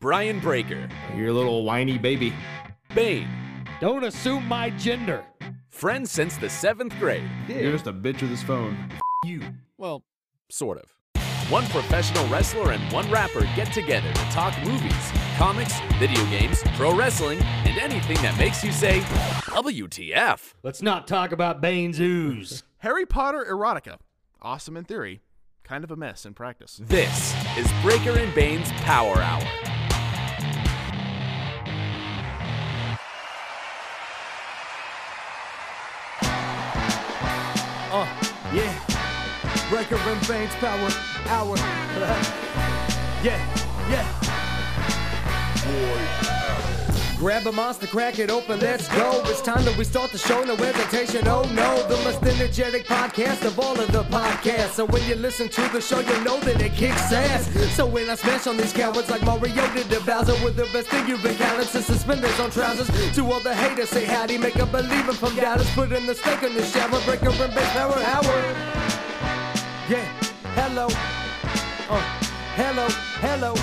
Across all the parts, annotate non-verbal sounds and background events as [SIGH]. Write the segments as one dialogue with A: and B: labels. A: Brian Breaker,
B: Your little whiny baby.
A: Bane,
C: Don't assume my gender.
A: friends since the seventh grade.
B: You're just a bitch with his phone.
A: Well, sort of. One professional wrestler and one rapper get together to talk movies, comics, video games, pro wrestling, and anything that makes you say, WTF.
C: Let's not talk about Bane's ooze.
D: Harry Potter erotica. Awesome in theory, kind of a mess in practice.
A: This is Breaker and Bane's Power Hour.
E: Yeah. Breaker and Bane's power hour. [LAUGHS] yeah, yeah. Grab a monster, crack it open, let's go. It's time that we start the show, no hesitation. Oh no, the most energetic podcast of all of the podcasts. So when you listen to the show, you'll know that it kicks ass. So when I smash on these cowards like Mario did to Bowser, with the best thing you've been counted since suspenders on trousers. To all the haters, say howdy, make a believer from Dallas. Put in the steak in the shower, break up and big power hour. Yeah, hello. Uh, hello, hello.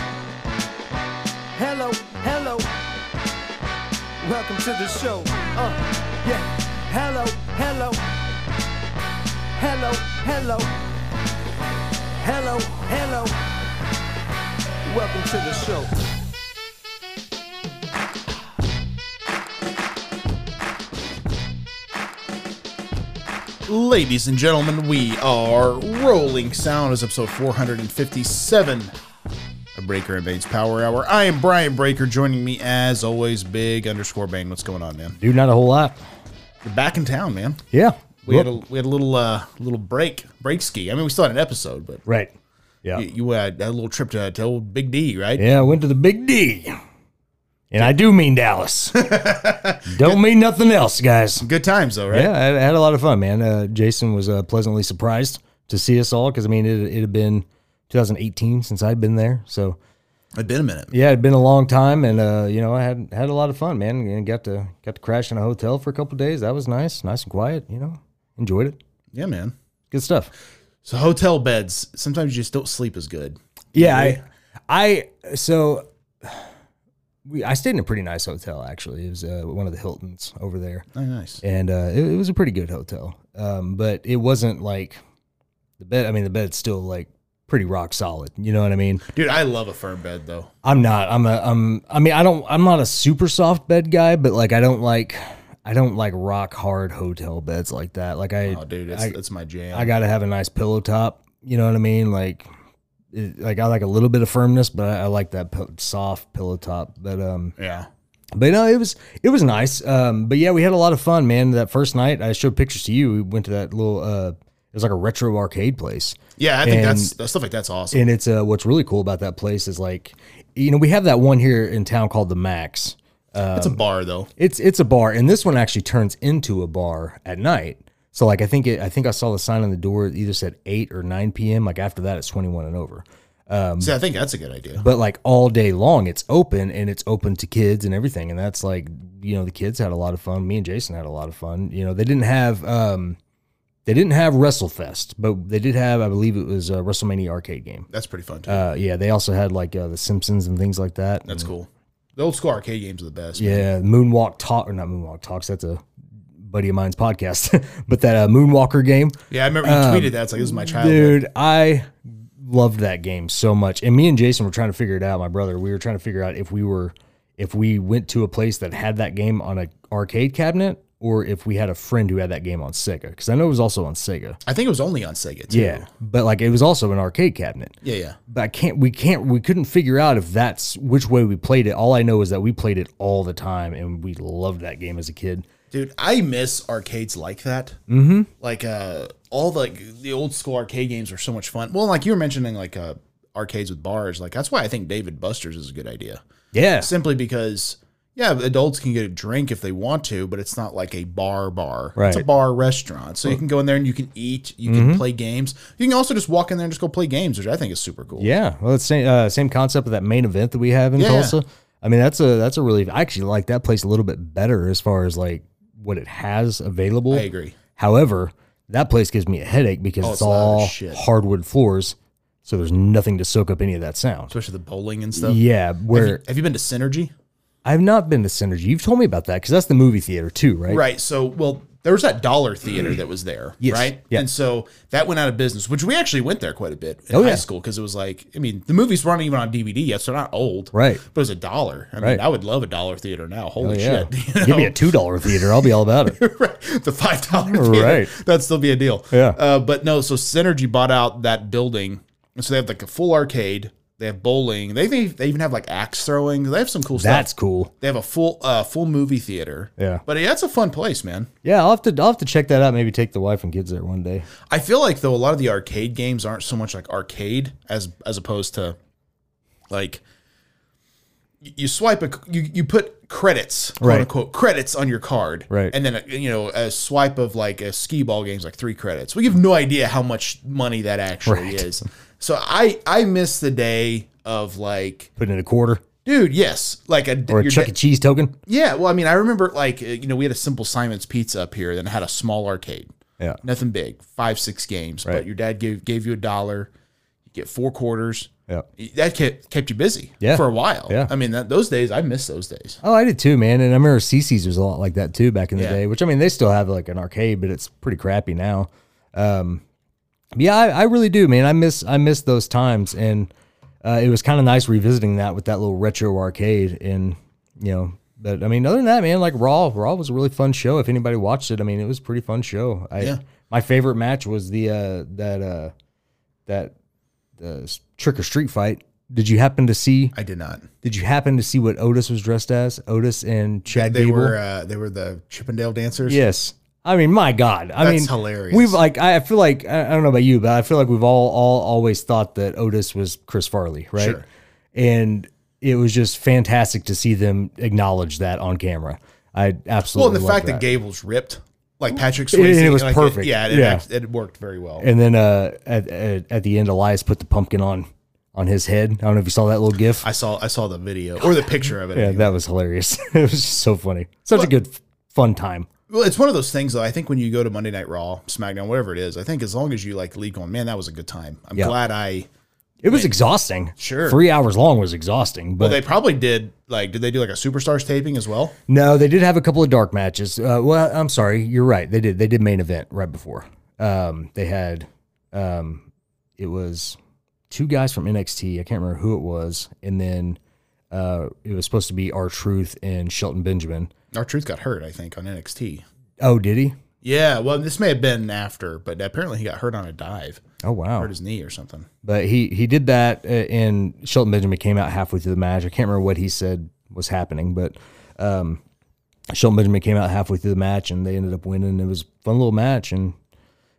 E: Hello, hello. Welcome to the show. Uh, yeah, hello, hello. Hello, hello. Hello, hello. Welcome to the show.
F: Ladies and gentlemen, we are rolling sound as episode 457 of Breaker and Bane's Power Hour. I am Brian Breaker, joining me as always, Big underscore Bane. What's going on, man?
C: Dude, not a whole lot.
F: You're back in town, man.
C: Yeah.
F: We had a we had a little uh little break break ski. I mean, we still had an episode, but
C: right. Yeah.
F: you, you uh, had a little trip to, to old Big D, right?
C: Yeah, I went to the Big D. And I do mean
E: [LAUGHS]
C: Dallas. Don't mean nothing else, guys.
F: Good times though, right?
C: Yeah, I I had a lot of fun, man. Uh, Jason was uh, pleasantly surprised to see us all because, I mean, it, it had been 2018 since I'd been there. So,
F: It's been a minute.
C: yeah, it'd been a long time, and uh, you know, I had had a lot of fun, man. And got to got to crash in a hotel for a couple days. That was nice, nice and quiet. You know, enjoyed it.
F: Yeah, man.
C: Good stuff.
F: So hotel beds, sometimes you just don't sleep as good.
C: Yeah, I, I so we I stayed in a pretty nice hotel actually. It was uh, one of the Hiltons over there,
F: Oh, nice.
C: and uh, it, it was a pretty good hotel. Um, but it wasn't like the bed. I mean, the bed's still like pretty rock solid. You know what I mean?
F: Dude, I love a firm bed though.
C: I'm not. I'm a. I'm. I mean, I don't. I'm not a super soft bed guy, but like, I don't like. I don't like rock hard hotel beds like that. Like I.
F: Oh, dude, it's,
C: I,
F: that's my jam.
C: I gotta have a nice pillow top. You know what I mean? Like, it, like I like a little bit of firmness, but I, I like that pil- soft pillow top. But um,
F: yeah.
C: but no, it was it was nice. Um, but yeah, we had a lot of fun, man. That first night, I showed pictures to you. We went to that little. Uh, it was like a retro arcade place.
F: Yeah, I think
C: And-
F: that's that's stuff like that's awesome.
C: And it's uh, what's really cool about that place is like, you know, we have that one here in town called the Max.
F: it's
C: um,
F: a bar though.
C: It's it's a bar, and this one actually turns into a bar at night. So like I think it, I think I saw the sign on the door it either said eight or nine p.m. Like after that, it's twenty one and over.
F: See, I think that's a good idea.
C: um, But like all day long, it's open and it's open to kids and everything. And that's like you know the kids had a lot of fun. Me and Jason had a lot of fun. You know they didn't have um they didn't have WrestleFest, but they did have I believe it was a WrestleMania arcade game.
F: That's pretty fun too.
C: Uh, yeah, they also had like uh, the Simpsons and things like that.
F: that's cool. The old school arcade games are the best.
C: Yeah, Moonwalk Talk or not Moonwalk Talks. That's a buddy of mine's podcast, [LAUGHS] but that uh, Moonwalker game,
F: yeah. I remember you tweeted that. It's like this is my childhood.
C: Um, dude, I loved that game so much. And me and Jason were trying to figure it out. My brother, we were trying to figure out if we were if we went to a place that had that game on a arcade cabinet or if we had a friend who had that game on Sega because I know it was also on Sega.
F: I think it was only on Sega. Too.
C: Yeah, but like it was also an arcade cabinet.
F: yeah, yeah.
C: but I can't we can't we couldn't figure out if that's which way we played it. All I know is that we played it all the time and we loved that game as a kid.
F: Dude, I miss arcades like that. Mm-hmm. Like uh, all the like, the old school arcade games were so much fun. Well, like you were mentioning, like uh, arcades with bars. Like that's why I think David Buster's is a good idea.
C: Yeah.
F: Simply because. Yeah, adults can get a drink if they want to, but it's not like a bar bar. It's a
C: Right. Mm-hmm.
F: bar restaurant. So you can go in there and you can eat, you can play games. You can also just walk in there and just go play games, which I think is super cool.
C: Yeah. Well, it's same uh, same concept of that main event that we have in
F: Yeah.
C: Tulsa. I mean, that's a that's a really I actually like that place a little bit better as far as like what it has available.
F: I agree. Oh,
C: However, that place gives me a headache because it's
F: it's loud as
C: all
F: shit.
C: hardwood floors. So there's nothing to soak up any of that sound.
F: especially the bowling and stuff.
C: yeah,
F: Have
C: where
F: you, have you been to Synergy?
C: I've not been to Synergy. You've told me about that because that's the movie theater too, right?
F: Right. So, well, there was that dollar theater that was there,
C: Yes.
F: right?
C: Yeah.
F: And so that went out of business, which we actually went there quite a bit in
C: Oh,
F: high
C: yeah.
F: school because it was like, I mean, the movies weren't even on DVD yet, so they're not old,
C: Right.
F: But it was a dollar. I mean,
C: Right.
F: I would love a dollar theater now.
C: Oh,
F: Holy
C: yeah.
F: shit! [LAUGHS] you
C: Give me
F: know?
C: a two dollar theater. I'll be all about
F: [LAUGHS]
C: it.
F: Right. the five dollar theater.
C: Right.
F: That'd still be a deal.
C: Yeah.
F: Uh, but no, so Synergy bought out that building, and so they have like a full arcade. They have bowling. They they, they even have like axe throwing. They have some cool
C: That's
F: stuff.
C: cool.
F: They have a full uh full movie theater.
C: Yeah.
F: But yeah, that's a fun place, man.
C: Yeah, I'll have to I'll have to check that out. Maybe take the wife and kids there one day.
F: I feel like though a lot of the arcade games aren't so much like arcade as as opposed to like y- you swipe a you you put credits quote
C: Right.
F: unquote credits on your card
C: Right.
F: and then uh, you know a swipe of like a skee ball game's like three credits we have no idea how much money that actually
C: Right.
F: is so I I miss the day of like
C: Put in a quarter
F: dude yes like a
C: or a
F: your
C: Chuck
F: da-
C: E. Cheese token.
F: yeah well I mean I remember like uh, you know we had a simple Simon's Pizza up here that had a small arcade
C: Yeah.
F: nothing big, five six games. But
C: Right.
F: your dad gave gave you a dollar, you get four quarters.
C: Yeah.
F: That kept kept you busy
C: Yeah.
F: for a while.
C: Yeah.
F: I mean that, those days I miss those days.
C: Oh, I did too, man. And I remember CC's was a lot like that too back in the
F: Yeah.
C: day, which I mean, they still have like an arcade, but it's pretty crappy now. Um, but yeah, I, I really do, man. I miss, I miss those times. And, uh, it was kind of nice revisiting that with that little retro arcade and, you know, but I mean, other than that, man, like Raw, Raw was a really fun show. If anybody watched it, I mean, it was a pretty fun show. I,
F: Yeah.
C: my favorite match was the, uh, that, uh, that, uh, trick or street fight. Did you happen to see?
F: I did not.
C: Did you happen to see what Otis was dressed as? Otis and Chad
F: They
C: Gable.
F: were uh, they were the Chippendale dancers.
C: yes. I mean, my God. I
F: That's
C: mean,
F: hilarious.
C: We've like, I I feel like I I don't know about you, but I feel like we've all all always thought that Otis was Chris Farley, right?
F: Sure.
C: And it was just fantastic to see them acknowledge that on camera. I
F: Well,
C: absolutely
F: and the fact that.
C: that
F: Gable's ripped like Patrick
C: And it
F: Swayze.
C: was
F: like,
C: perfect.
F: yeah. It,
C: Yeah.
F: act- it worked very well.
C: and then uh, at, at at the end, Elias put the pumpkin on on his head. I don't know if you saw that little gif.
F: I saw I saw the video or the picture of it.
C: yeah, that was hilarious. [LAUGHS] it was just so funny. Such a good f- fun time.
F: Well, it's one of those things though. I think when you go to Monday Night Raw, SmackDown, whatever it is, I think as long as you like leave going, man, that was a good time. I'm
C: Yeah.
F: glad I
C: It was exhausting.
F: Sure.
C: Three hours long was exhausting. But
F: Well, they probably did. Like, did they do like a superstars taping as well?
C: no, they did have a couple of dark matches. Uh, well, I'm sorry. You're right. They did. They did main event right before. Um, they had, um, it was two guys from NXT. I can't remember who it was. And then uh, it was supposed to be R Truth and Shelton Benjamin.
F: Our truth got hurt, I think, on NXT.
C: Oh, did he?
F: Yeah, well, this may have been after, but apparently he got hurt on a dive,
C: Oh, wow.
F: hurt his knee or something.
C: But he he did that, uh, and Shelton Benjamin came out halfway through the match. I can't remember what he said was happening, but um, Shelton Benjamin came out halfway through the match, and they ended up winning. It was a fun little match, and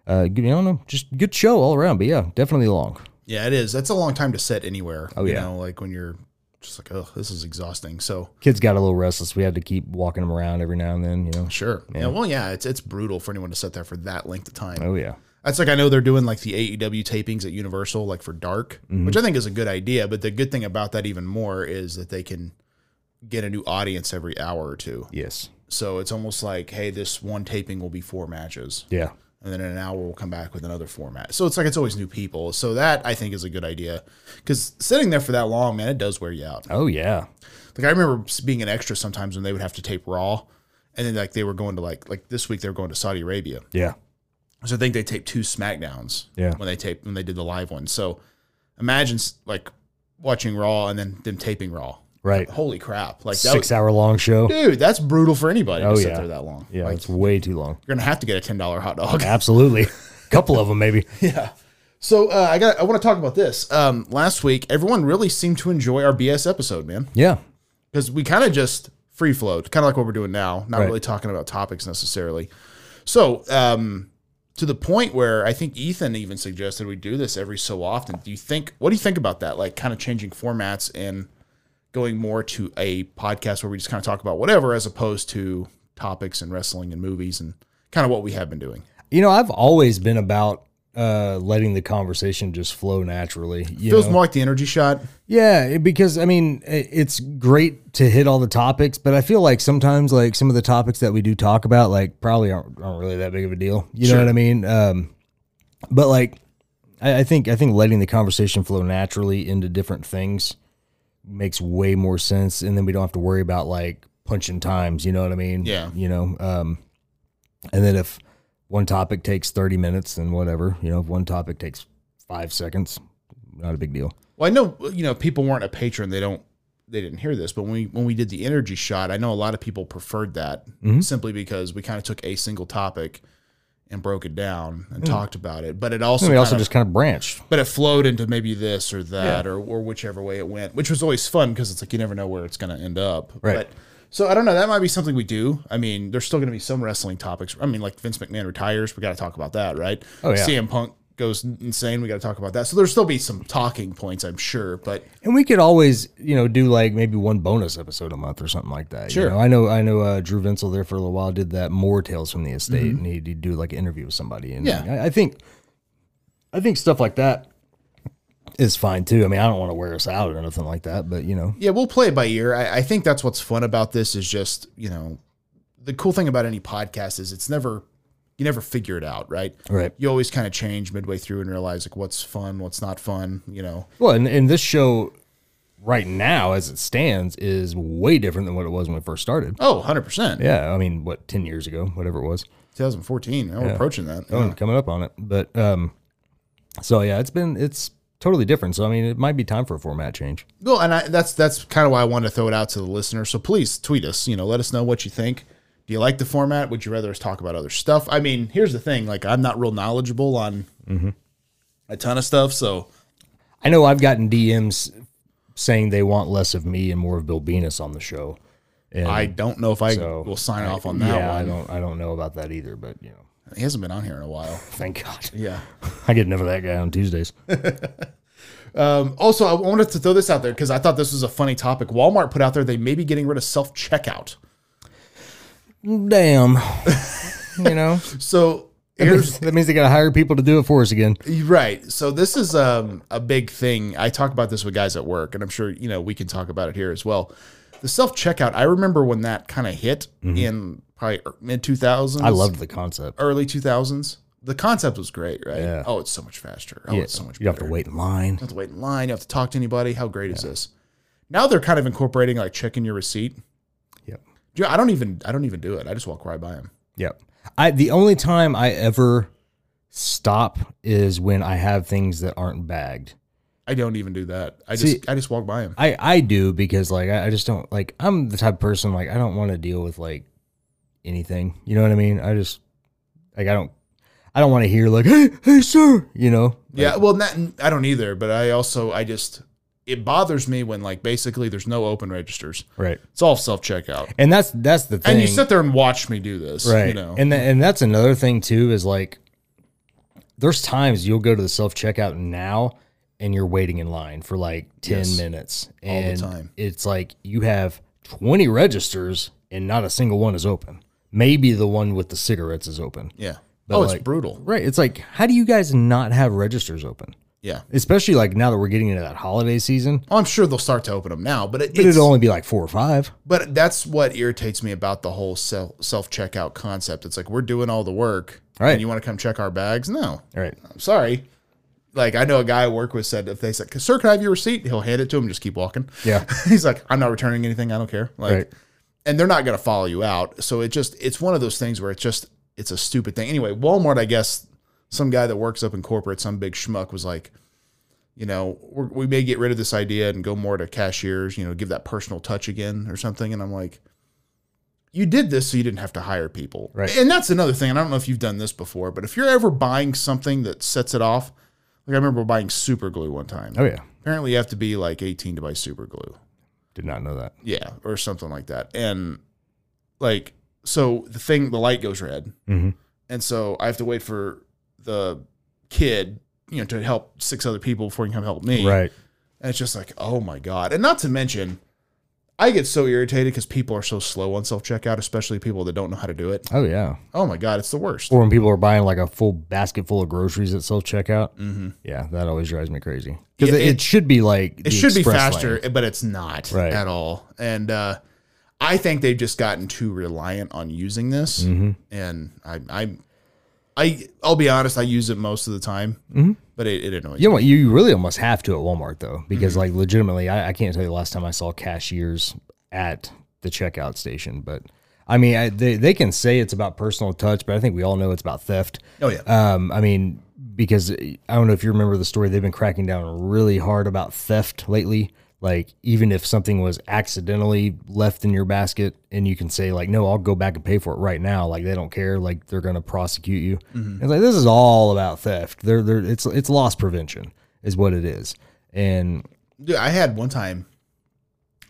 C: uh, good- you know, just good show all around. But yeah, definitely long.
F: Yeah, it is. That's a long time to sit anywhere.
C: Oh,
F: you
C: yeah.
F: know, like when you're just like, oh, this is exhausting. So
C: Kids got a little restless. We had to keep walking them around every now and then. You know.
F: sure. Yeah. well, yeah, it's it's brutal for anyone to sit there for that length of time.
C: Oh yeah.
F: That's like I know they're doing like the AEW tapings at Universal, like for Dark, which I think is a good idea. But the good thing about that even more is that they can get a new audience every hour or two.
C: Yes.
F: So it's almost like, hey, this one taping will be four matches,
C: Yeah.
F: and then in an hour we'll come back with another format. So it's like it's always new people. So that I think is a good idea because sitting there for that long, man, it does wear you out.
C: Oh yeah.
F: Like I remember being an extra sometimes when they would have to tape Raw, and then like they were going to like like this week they were going to Saudi Arabia.
C: Yeah.
F: So I think they taped two Smackdowns.
C: Yeah.
F: When they taped when they did the live one. So imagine s- like watching Raw and then them taping Raw.
C: Right.
F: Holy crap! Like that
C: Six
F: was,
C: hour long show.
F: dude, that's brutal for anybody
C: Oh,
F: to sit
C: yeah.
F: there that long.
C: Yeah,
F: Like,
C: it's way too long.
F: you're gonna have to get a ten dollar hot dog.
C: Absolutely. [LAUGHS] couple of them maybe.
F: So uh, I got I want to talk about this. Um, last week, everyone really seemed to enjoy our BS episode, man,
C: Yeah.
F: because we kind of just free flowed, kind of like what we're doing now, not
C: Right.
F: really talking about topics necessarily. So um, to the point where I think Ethan even suggested we do this every so often. Do you think? What do you think about that? Like kind of changing formats and going more to a podcast where we just kind of talk about whatever, as opposed to topics and wrestling and movies and kind of what we have been doing.
C: You know, I've always been about uh, letting the conversation just flow naturally. You
F: Feels
C: know?
F: more like the energy shot.
C: yeah, it- because I mean, i- it's great to hit all the topics, but I feel like sometimes, like some of the topics that we do talk about, like probably aren't, aren't really that big of a deal. You know what I mean? Um, but like, I, I think I think letting the conversation flow naturally into different things makes way more sense, and then we don't have to worry about like punching times. You know what I mean?
F: Yeah.
C: You know, um, and then if one topic takes thirty minutes, then whatever. You know, if one topic takes five seconds, not a big deal.
F: Well, I know you know people weren't a patron; they don't, they didn't hear this. But when we when we did the energy shot, I know a lot of people preferred that
C: Mm-hmm.
F: simply because we kind of took a single topic and broke it down and talked about it. But it also,
C: Mm. And we also
F: kind of-
C: just kind of branched.
F: but it flowed into maybe this or that or or whichever way it went, which was always fun because it's like you never know where it's going to end up.
C: Right.
F: But, so I don't know. That might be something we do. I mean, there's still going to be some wrestling topics. I mean, like Vince McMahon retires, we got to talk about that, right?
C: Oh, yeah.
F: CM Punk goes insane, we got to talk about that. So there'll still be some talking points, I'm sure. But
C: And we could always, you know, do like maybe one bonus episode a month or something like that.
F: Sure.
C: You know, I know, I know. Uh, Drew Vinsel there for a little while did that more tales from the estate, and he'd, he'd do like an interview with somebody. And
F: Yeah.
C: I, I think, I think stuff like that is fine too. I mean, I don't want to wear us out or nothing like that, but you know,
F: yeah, we'll play it by ear. I, I think that's what's fun about this is just you know, the cool thing about any podcast is it's never you never figure it out, right?
C: Right.
F: You always kind of change midway through and realize like what's fun, what's not fun. You know,
C: well, and, and this show right now, as it stands, is way different than what it was when we first started.
F: Oh, 100%.
C: Yeah, I mean, what ten years ago, whatever it was.
F: 2014. Now we're approaching that.
C: Oh, and coming up on it. But um, so yeah, it's been it's totally different. So I mean, it might be time for a format change.
F: Well, and I, that's that's kind of why I wanted to throw it out to the listener. So please tweet us. You know, let us know what you think. Do you like the format? Would you rather us talk about other stuff? I mean, here's the thing. Like, I'm not real knowledgeable on
C: Mm-hmm.
F: a ton of stuff. So
C: I know I've gotten DMs saying they want less of me and more of Bill Venus on the show. And
F: I don't know if I
C: so
F: will sign
C: I-
F: off on that
C: yeah, I
F: one.
C: don't. I don't know about that either. But you know,
F: He hasn't been on here in a while.
C: thank God. [LAUGHS]
F: Yeah.
C: I get never that guy on Tuesdays.
F: [LAUGHS] Also, I wanted to throw this out there because I thought this was a funny topic. Walmart put out there they may be getting rid of self checkout.
C: Damn. [LAUGHS] you know,
F: So
C: that
F: here's
C: means, that means they got to hire people to do it for us again.
F: You're [LAUGHS] Right. So this is um, a big thing. I talk about this with guys at work, and I'm sure you know we can talk about it here as well. The self checkout. I remember when that kind of hit in probably mid 2000s.
C: Mm-hmm. I loved the concept.
F: early 2000s. The concept was great, right?
C: Yeah.
F: Oh, it's so much faster. Oh,
C: Yeah,
F: it's so much.
C: you have to
F: better.
C: wait in line.
F: You have to wait in line. You have to talk to anybody. How great is this? Now they're kind of incorporating like checking your receipt.
C: Yep.
F: Dude, I don't even. I don't even do it. I just walk right by them.
C: Yep. I the only time I ever stop is when I have things that aren't bagged.
F: I don't even do that. I
C: See-
F: just. I just walk by them.
C: I I do because like I, I just don't like I'm the type of person like I don't want to deal with like anything. You know what I mean? I just like I don't I don't want to hear like hey hey sir you know
F: Yeah, well, not, I don't either, but I also I just it bothers me when like basically there's no open registers.
C: right.
F: It's all self checkout,
C: And that's that's the thing.
F: and you sit there and watch me do this,
C: right
F: You know,
C: and tha- and that's another thing too is like there's times you'll go to the self checkout now and you're waiting in line for like 10
F: Yes.
C: minutes
F: the
C: and
F: time.
C: it's like you have 20 registers and not a single one is open maybe the one with the cigarettes is open
F: yeah.
C: But,
F: oh, it's
C: like-
F: brutal.
C: right it's like how do you guys not have registers open
F: Yeah.
C: especially like now that we're getting into that holiday season
F: Oh, I'm sure they'll start to open them now, but it,
C: but
F: it's
C: it'll only be like four or five
F: but that's what irritates me about the whole self self checkout concept. It's like we're doing all the work,
C: Right.
F: And you want to come check our bags? No,
C: all right
F: I'm sorry. Like I know a guy I work with said if they said, "Sir, can I have your receipt?" He'll hand it to him. Just keep walking.
C: Yeah.
F: [LAUGHS] he's like, "I'm not returning anything. I don't care." Like,
C: Right.
F: and they're not going to follow you out. So it just it's one of those things where it's just it's a stupid thing. Anyway, Walmart, I guess some guy that works up in corporate, some big schmuck was like, you know, we're, we may get rid of this idea and go more to cashiers. You know, give that personal touch again or something. And I'm like. You did this so you didn't have to hire people.
C: Right.
F: And that's another thing. And I don't know if you've done this before, but if you're ever buying something that sets it off, like I remember buying super glue one time.
C: oh yeah
F: Apparently, you have to be like 18 to buy super glue.
C: did not know that
F: Yeah, or something like that. And like, so the thing, the light goes red.
C: Mhm.
F: And so I have to wait for the kid, you know, to help six other people before he can come help me.
C: right
F: And it's just like, oh my God. And not to mention, I get so irritated because people are so slow on self checkout, especially people that don't know how to do it.
C: oh yeah
F: Oh my God, it's the worst.
C: or when people are buying like a full basket full of groceries at self checkout. Mm-hmm. Yeah, that always drives me crazy because
F: Yeah,
C: it, it
F: it-
C: should be like the
F: it should be
C: express
F: faster,
C: lane.
F: but it's not
C: Right.
F: at all. And uh, I think they've just gotten too reliant on using this.
C: Mm-hmm. Mm-hmm.
F: And I, I, I, I'll be honest, I use it most of the time, but it, it annoys
C: You know what? You really almost have to at Walmart though,
F: Mm-hmm.
C: because like legitimately, I, I can't tell you the last time I saw cashiers at the checkout station. But I mean, I, they they can say it's about personal touch, but I think we all know it's about theft.
F: Oh, yeah.
C: Um, I mean, because uh, I don't know if you remember the story, they've been cracking down really hard about theft lately. Like even if something was accidentally left in your basket, and you can say like, "No, I'll go back and pay for it right now." Like they don't care. Like they're going to prosecute you.
F: Mm-hmm.
C: It's like this is all about theft. They're, they're it's it's loss prevention is what it is. And
F: Dude, I had one time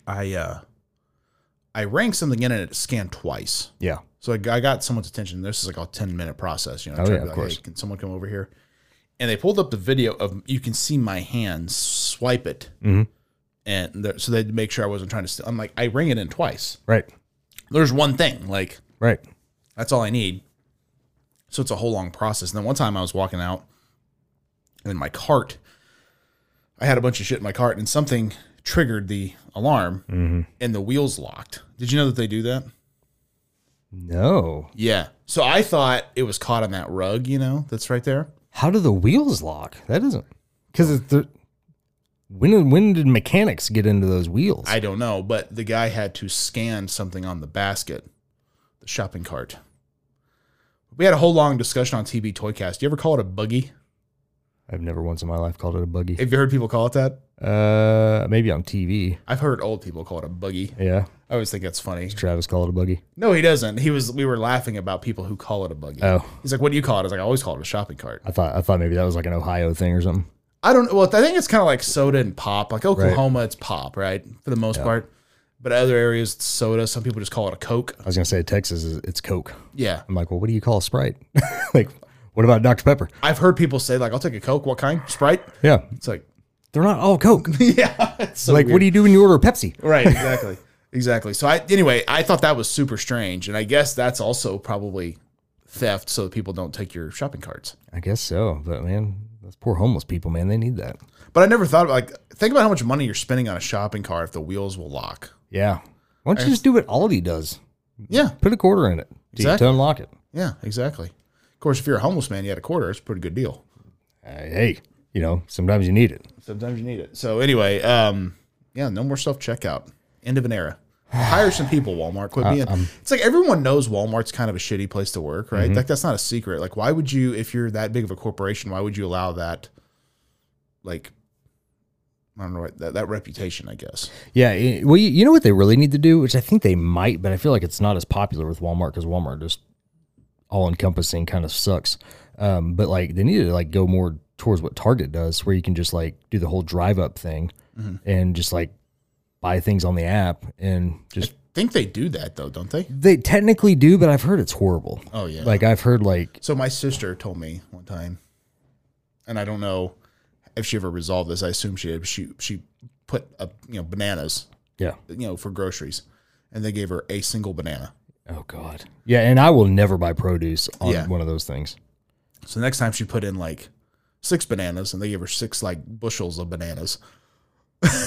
F: I uh I rang something in and it scanned twice.
C: yeah,
F: So I got, I got someone's attention. This is like a 10 minute process, you know.
C: Oh,
F: try to
C: yeah,
F: be
C: of
F: like,
C: course.
F: "Hey, can someone come over here? And they pulled up the video of you can see my hand swipe it.
C: Mm-hmm.
F: And there, so they'd make sure I wasn't trying to steal. I'm like, I rang it in twice.
C: right,
F: There's one thing. Like,
C: right.
F: that's all I need. So it's a whole long process. And then one time I was walking out and my cart, I had a bunch of shit in my cart and something triggered the alarm
C: Mm-hmm.
F: and the wheels locked. Did you know that they do that?
C: No,
F: Yeah. So I thought it was caught on that rug, you know, that's right there.
C: how do the wheels lock? That isn't because it's the when did- when did mechanics get into those wheels?
F: I don't know, but the guy had to scan something on the basket, the shopping cart. We had a whole long discussion on TB Toycast. You ever call it a buggy?
C: I've never once in my life called it a buggy.
F: Have you heard people call it that?
C: Uh, maybe on TV.
F: I've heard old people call it a buggy.
C: Yeah,
F: I always think that's funny.
C: Travis called it a buggy.
F: No, he doesn't. He was. We were laughing about people who call it a buggy.
C: Oh.
F: he's like, "What do you call it?" I was like, "I always call it a shopping cart."
C: I thought I thought maybe that was like an Ohio thing or something.
F: I don't. Well, I think it's kind of like soda and pop. Like Oklahoma, it's pop, right, for the most part. But other areas, it's soda. Some people just call it a Coke.
C: I was gonna say Texas is it's Coke.
F: Yeah,
C: I'm like, well, what do you call a Sprite? [LAUGHS] like, what about Dr Pepper?
F: I've heard people say like, "I'll take a Coke." What kind? Sprite.
C: Yeah,
F: It's like, [LAUGHS]
C: they're not all Coke.
F: yeah. It's [LAUGHS] so
C: like, what do you do when you order a Pepsi?
F: [LAUGHS] Right. Exactly. exactly. So I. Anyway, I thought that was super strange, and I guess that's also probably theft, so that people don't take your shopping carts.
C: I guess so, but man, those poor homeless people, man, they need that.
F: But I never thought about like think about how much money you're spending on a shopping cart if the wheels will lock.
C: Yeah, why don't you just do what Aldi does?
F: Yeah,
C: Put a quarter in it to,
F: Exactly.
C: to unlock it.
F: yeah, exactly. Of course, if you're a homeless man, you had a quarter. It's a pretty good deal.
C: Uh, hey, you know, sometimes you need it.
F: Sometimes you need it. So anyway, um, yeah, no more self checkout. End of an era. [SIGHS] Hire some people, Walmart. Quit being. it's like everyone knows Walmart's kind of a shitty place to work, right? Like that's not a secret. Like why would you, if you're that big of a corporation, why would you allow that? Like, I don't know what- that that reputation, I guess.
C: Yeah, eh, well, you, you know what they really need to do, which I think they might, but I feel like it's not as popular with Walmart because Walmart just all encompassing kind of sucks. Um, but like they need to like go more towards what Target does, where you can just like do the whole drive up thing and just like buy things on the app and just
F: think they do that though, don't they?
C: they technically do, but I've heard it's horrible.
F: Oh yeah.
C: Like I've heard like
F: So my sister told me one time, and I don't know if she ever resolved this. I assume she did. She she put a, you know bananas
C: yeah.
F: you know for groceries, and they gave her a single banana.
C: Oh God. Yeah, and I will never buy produce on
F: Yeah.
C: one of those things.
F: So the next time she put in like six bananas, and they gave her six like bushels of bananas.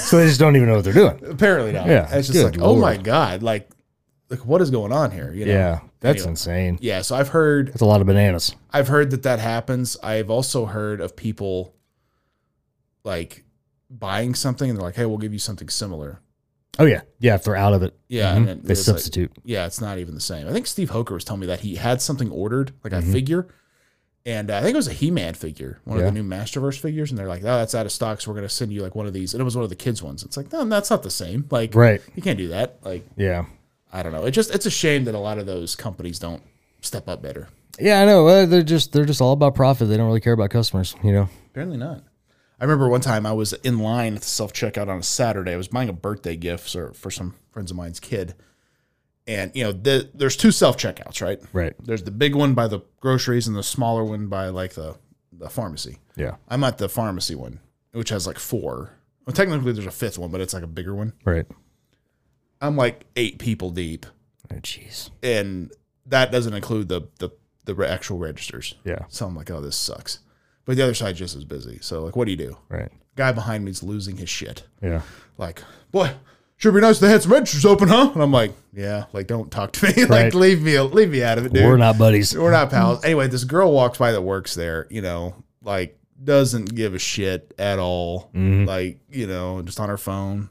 C: So they just don't even know what they're doing.
F: Apparently not.
C: Yeah,
F: It's just
C: good
F: like oh my
C: lord.
F: god, like like what is going on here? You know?
C: Yeah, that's
F: Anyway.
C: insane.
F: Yeah. So I've heard
C: That's a lot of bananas.
F: I've heard that that happens. I've also heard of people like buying something and they're like, "Hey, we'll give you something similar."
C: Oh yeah, yeah. If they're out of it,
F: Yeah,
C: Mhm.
F: and it-
C: they
F: it's like-
C: substitute.
F: Yeah, it's not even the same. I think Steve Hoker was telling me that he had something ordered, like a figure, and uh, I think it was a He-Man figure, one
C: Yeah.
F: of the new Masterverse figures, and they're like, "Oh, that's out of stock, so we're gonna send you like one of these." And it was one of the kids ones. It's like, no, that's not the same. Like,
C: Right.
F: You can't do that. Like,
C: yeah,
F: I don't know. It just it's a shame that a lot of those companies don't step up better.
C: yeah. I know. Uh, they're just they're just all about profit. They don't really care about customers. You know.
F: Apparently not. I remember one time I was in line at the self checkout on a Saturday. I was buying a birthday gift for, for some friends of mine's kid. And, you know, the, there's two self checkouts, right?
C: Right.
F: There's the big one by the groceries and the smaller one by like the, the pharmacy.
C: Yeah.
F: I'm at the pharmacy one, which has like four. Well, technically, there's a fifth one, but it's like a bigger one.
C: Right.
F: I'm like eight people deep,
C: Oh jeez.
F: and that doesn't include the, the, the re- actual registers.
C: Yeah.
F: So I'm like, oh, this sucks. But the other side just as busy. So, like, what do you do?
C: Right.
F: guy behind me's losing his shit.
C: Yeah.
F: Like, boy, should be nice they had some registers open, huh? And I'm like, yeah, like don't talk to me. [LAUGHS] like
C: Right.
F: leave me leave me out of it, dude.
C: We're not buddies.
F: We're not pals. Anyway, this girl walks by that works there, you know, like doesn't give a shit at all.
C: Mm-hmm.
F: Like, you know, just on her phone.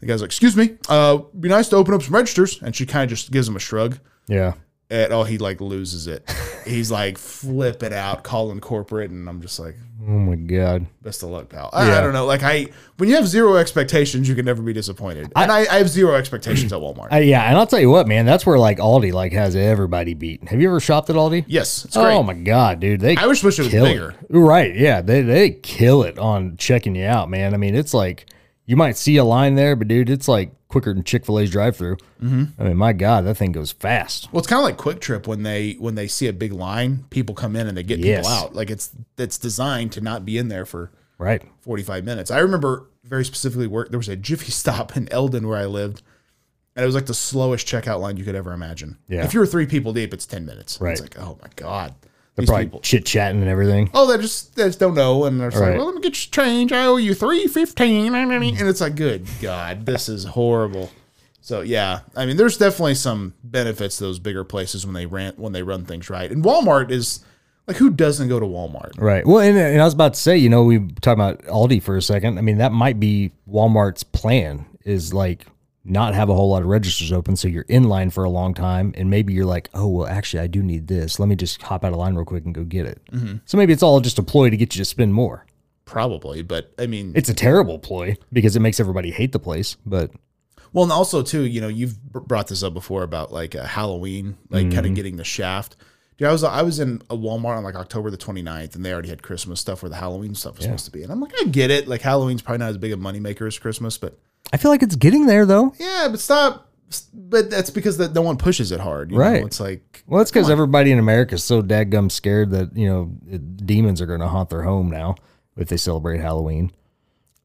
F: The guy's like, excuse me, uh, be nice to open up some registers. And she kind of just gives him a shrug.
C: Yeah.
F: And oh, he like loses it.
C: [LAUGHS]
F: He's like flipping out, calling corporate. And I'm just like,
C: Oh my god.
F: best of luck, pal. I, I
C: Yeah.
F: don't know. Like, I, when you have zero expectations, you can never be disappointed. and I, I have zero expectations at Walmart.
C: I, Uh, yeah, and I'll tell you what, man, that's where like Aldi like has everybody beat. Have you ever shopped at Aldi?
F: yes, it's great.
C: Oh my god, dude, they
F: I wish wish it was
C: kill
F: bigger.
C: It. Right? Yeah, they they kill it on checking you out, man. I mean, it's like you might see a line there, but dude, it's like quicker than Chick Fil A's drive-through.
F: Mm-hmm.
C: I mean, my god, that thing goes fast.
F: Well, it's kind of like Quick Trip when they when they see a big line, people come in and they get
C: Yes.
F: people out. Like it's it's designed to not be in there for
C: Right?
F: 45 minutes. I remember very specifically where there was a Jiffy [LAUGHS] Stop in Eldon where I lived, and it was like the slowest checkout line you could ever imagine.
C: Yeah.
F: If you were three people deep, it's 10 minutes.
C: Right.
F: It's like, oh my god,
C: They're
F: these
C: probably
F: people.
C: chit chatting and everything.
F: Oh, they just they just don't know, and they're just
C: Right.
F: like, "Well, let me get your change. I owe you three fifteen. And it's like, good God, this is horrible. So yeah, I mean, there's definitely some benefits to those bigger places when they rent when they run things right. And Walmart is like, who doesn't go to Walmart?
C: Right. Well, and, and I was about to say, you know, we talked about Aldi for a second. I mean, that might be Walmart's plan is like not have a whole lot of registers open. So you're in line for a long time. And maybe you're like, oh, well, actually, I do need this. Let me just hop out of line real quick and go get it.
F: Mm-hmm.
C: So maybe it's all just a ploy to get you to spend more.
F: Probably, but I mean,
C: It's a terrible ploy because it makes everybody hate the place. But
F: Well, and also too, you know, you've br- brought this up before about like uh, Halloween, like kind
C: Mm-hmm.
F: of getting the shaft. Dude, I was I was in a Walmart on like October the 29th, and they already had Christmas stuff where the Halloween stuff was supposed to be. And I'm like, I get it. Like Halloween's probably not as big a moneymaker as Christmas, but
C: I feel like it's getting there, though.
F: yeah, but stop. But that's because that no one pushes it hard. you know?
C: Right.
F: It's like
C: Well, that's because everybody in America is so dadgum scared that, you know, demons are going to haunt their home now if they celebrate Halloween.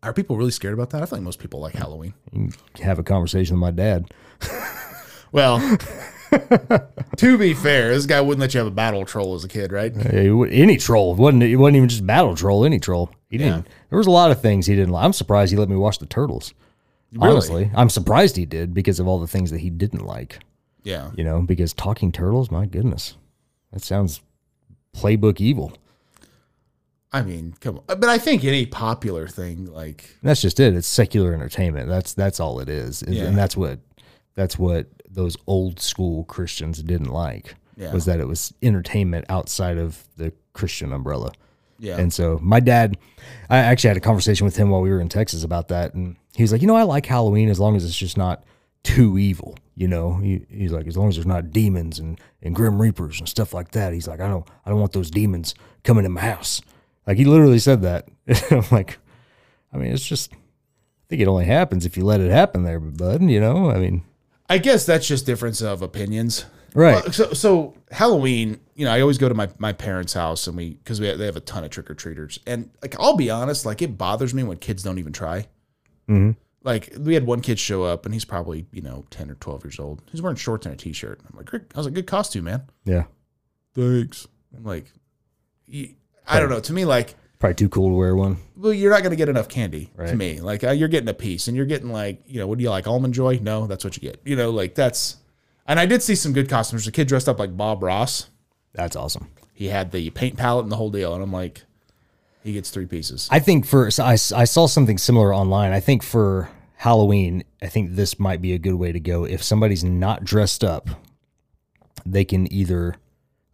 F: are people really scared about that? I feel like most people like Halloween.
C: Have a conversation with my dad. [LAUGHS]
F: Well, to be fair, this guy wouldn't let you have a battle troll as a kid, right?
C: Yeah, he wa- any troll it wasn't it wasn't even just battle troll any troll he didn't there was a lot of things he didn't like i'm surprised he let me watch the turtles honestly i'm surprised he did because of all the things that he didn't like
F: Yeah.
C: you know because talking turtles my goodness that sounds playbook evil
F: I mean, come on. But I think any popular thing like
C: And that's just it it's secular entertainment that's that's all it is And-
F: Yeah.
C: and that's what that's what those old school christians didn't like
F: Yeah.
C: was that it was entertainment outside of the christian umbrella
F: yeah.
C: And so my dad, I actually had a conversation with him while we were in Texas about that. And he was like, you know, I like Halloween as long as it's just not too evil. You know, he, he's like, as long as there's not demons and, and grim reapers and stuff like that. He's like, I don't, I don't want those demons coming in my house. Like he literally said that. [LAUGHS] I'm like, I mean, it's just, I think it only happens if you let it happen there, bud. You know, I mean,
F: I guess that's just difference of opinions.
C: right.
F: Uh, So, so Halloween, you know, I always go to my, my parents' house and we because we have, they have a ton of trick or treaters, and like I'll be honest, like it bothers me when kids don't even try. Like we had one kid show up and he's probably you know ten or twelve years old. He's wearing shorts and a t-shirt. I'm like, "Great." I was like, good costume, man.
C: yeah.
F: Thanks. I'm like, "You- I don't know. To me, like
C: Probably too cool to wear one.
F: well, you're not going to get enough candy to
C: Right.
F: me. Like uh, you're getting a piece, and you're getting like you know, what do you like almond joy? No, that's what you get. You know, like that's. And I did see some good costumes. A kid dressed up like Bob Ross.
C: That's awesome.
F: He had the paint palette and the whole deal, and I'm like, he gets three pieces.
C: I think for so I, I saw something similar online. I think for Halloween, I think this might be a good way to go. If somebody's not dressed up, they can either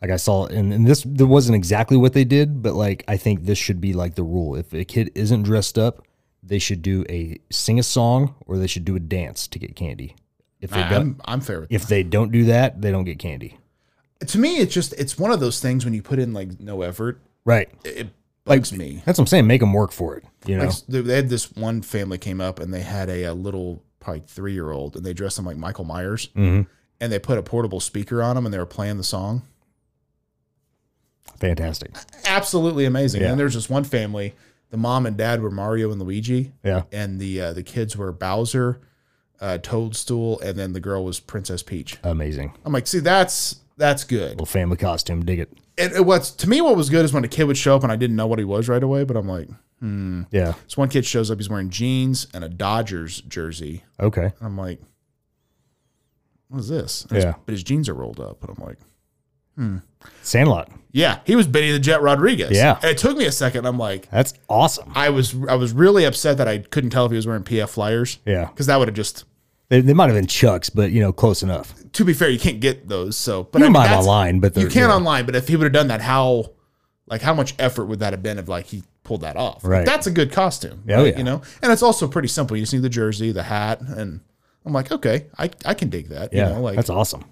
C: like I saw and, and this there wasn't exactly what they did, but like I think this should be like the rule. If a kid isn't dressed up, they should do a sing a song or they should do a dance to get candy. If they
F: I,
C: don't
F: am I'm fair with
C: if they don't do that, they don't get candy.
F: To me, it's just it's one of those things when you put in like no effort,
C: Right.
F: it, it bugs me.
C: That's what I'm saying. Make them work for it. You know.
F: Like s- they had this one family came up and they had a, a little probably three year old and they dressed him like Michael Myers
C: Mm-hmm.
F: and they put a portable speaker on him and they were playing the song.
C: Fantastic.
F: absolutely amazing.
C: Yeah.
F: And then there's this one family. The mom and dad were Mario and Luigi,
C: Yeah.
F: and the uh, the kids were Bowser, uh, Toadstool, and then the girl was Princess Peach.
C: Amazing.
F: I'm like, see, that's that's good.
C: Little family costume. Dig it.
F: And it, what's to me, what was good is when a kid would show up and I didn't know what he was right away. But I'm like,
C: Yeah.
F: this one kid shows up, he's wearing jeans and a Dodgers jersey.
C: Okay.
F: And I'm like, what is this? And his-
C: Yeah.
F: but his jeans are rolled up, and I'm like, hmm.
C: Sandlot.
F: Yeah, he was Benny the Jet Rodriguez.
C: Yeah.
F: And it took me a second. I'm like,
C: That's awesome.
F: I was I was really upset that I couldn't tell if he was wearing PF flyers.
C: Yeah.
F: because that would have just.
C: They, they might have been Chucks, but you know, close enough.
F: To be fair, you can't get those. So, but
C: You can buy 'em
F: that's-
C: online, but
F: you
C: they're-
F: can
C: yeah.
F: online. But if he would have done that, how like how much effort would that have been if like he pulled that off? Like,
C: Right.
F: that's a good costume.
C: Yeah, oh yeah.
F: you know, and it's also pretty simple. You just need the jersey, the hat, and I'm like, okay, I I can dig that.
C: Yeah,
F: you know, like
C: that's awesome.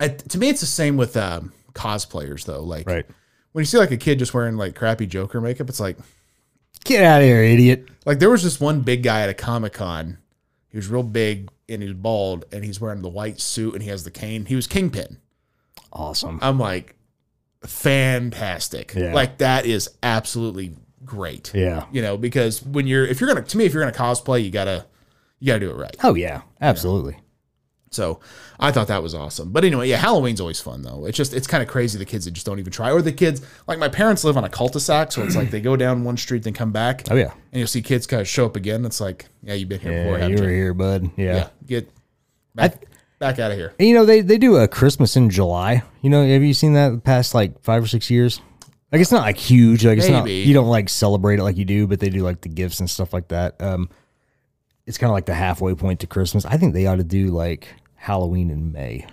F: I, to me, it's the same with um, cosplayers though. Like
C: Right.
F: when you see like a kid just wearing like crappy Joker makeup, it's like.
C: Get out of here, idiot.
F: Like there was this one big guy at a comic con. He was real big and he was bald and he's wearing the white suit and he has the cane. He was Kingpin.
C: Awesome.
F: I'm like, fantastic.
C: Yeah.
F: Like that is absolutely great.
C: Yeah.
F: You know, because when you're if you're gonna to me if you're gonna cosplay, you gotta you gotta do it right.
C: Oh yeah, absolutely.
F: So I thought that was awesome. But anyway, yeah, Halloween's always fun though. It's just it's kind of crazy the kids that just don't even try or the kids like my parents live on a cul-de-sac, so it's like they go down one street then come back.
C: Oh yeah.
F: And you'll see kids kind of show up again. It's like, yeah, you've been here before.
C: Yeah,
F: haven't
C: you were here, bud. Yeah.
F: yeah, get back, back out of here.
C: And, you know they they do a Christmas in July. You know, have you seen that the past like five or six years? Like it's not like huge. Like it's not
F: Maybe.
C: you don't like celebrate it like you do, but they do like the gifts and stuff like that. Um, it's kind of like the halfway point to Christmas. I think they ought to do like Halloween in May.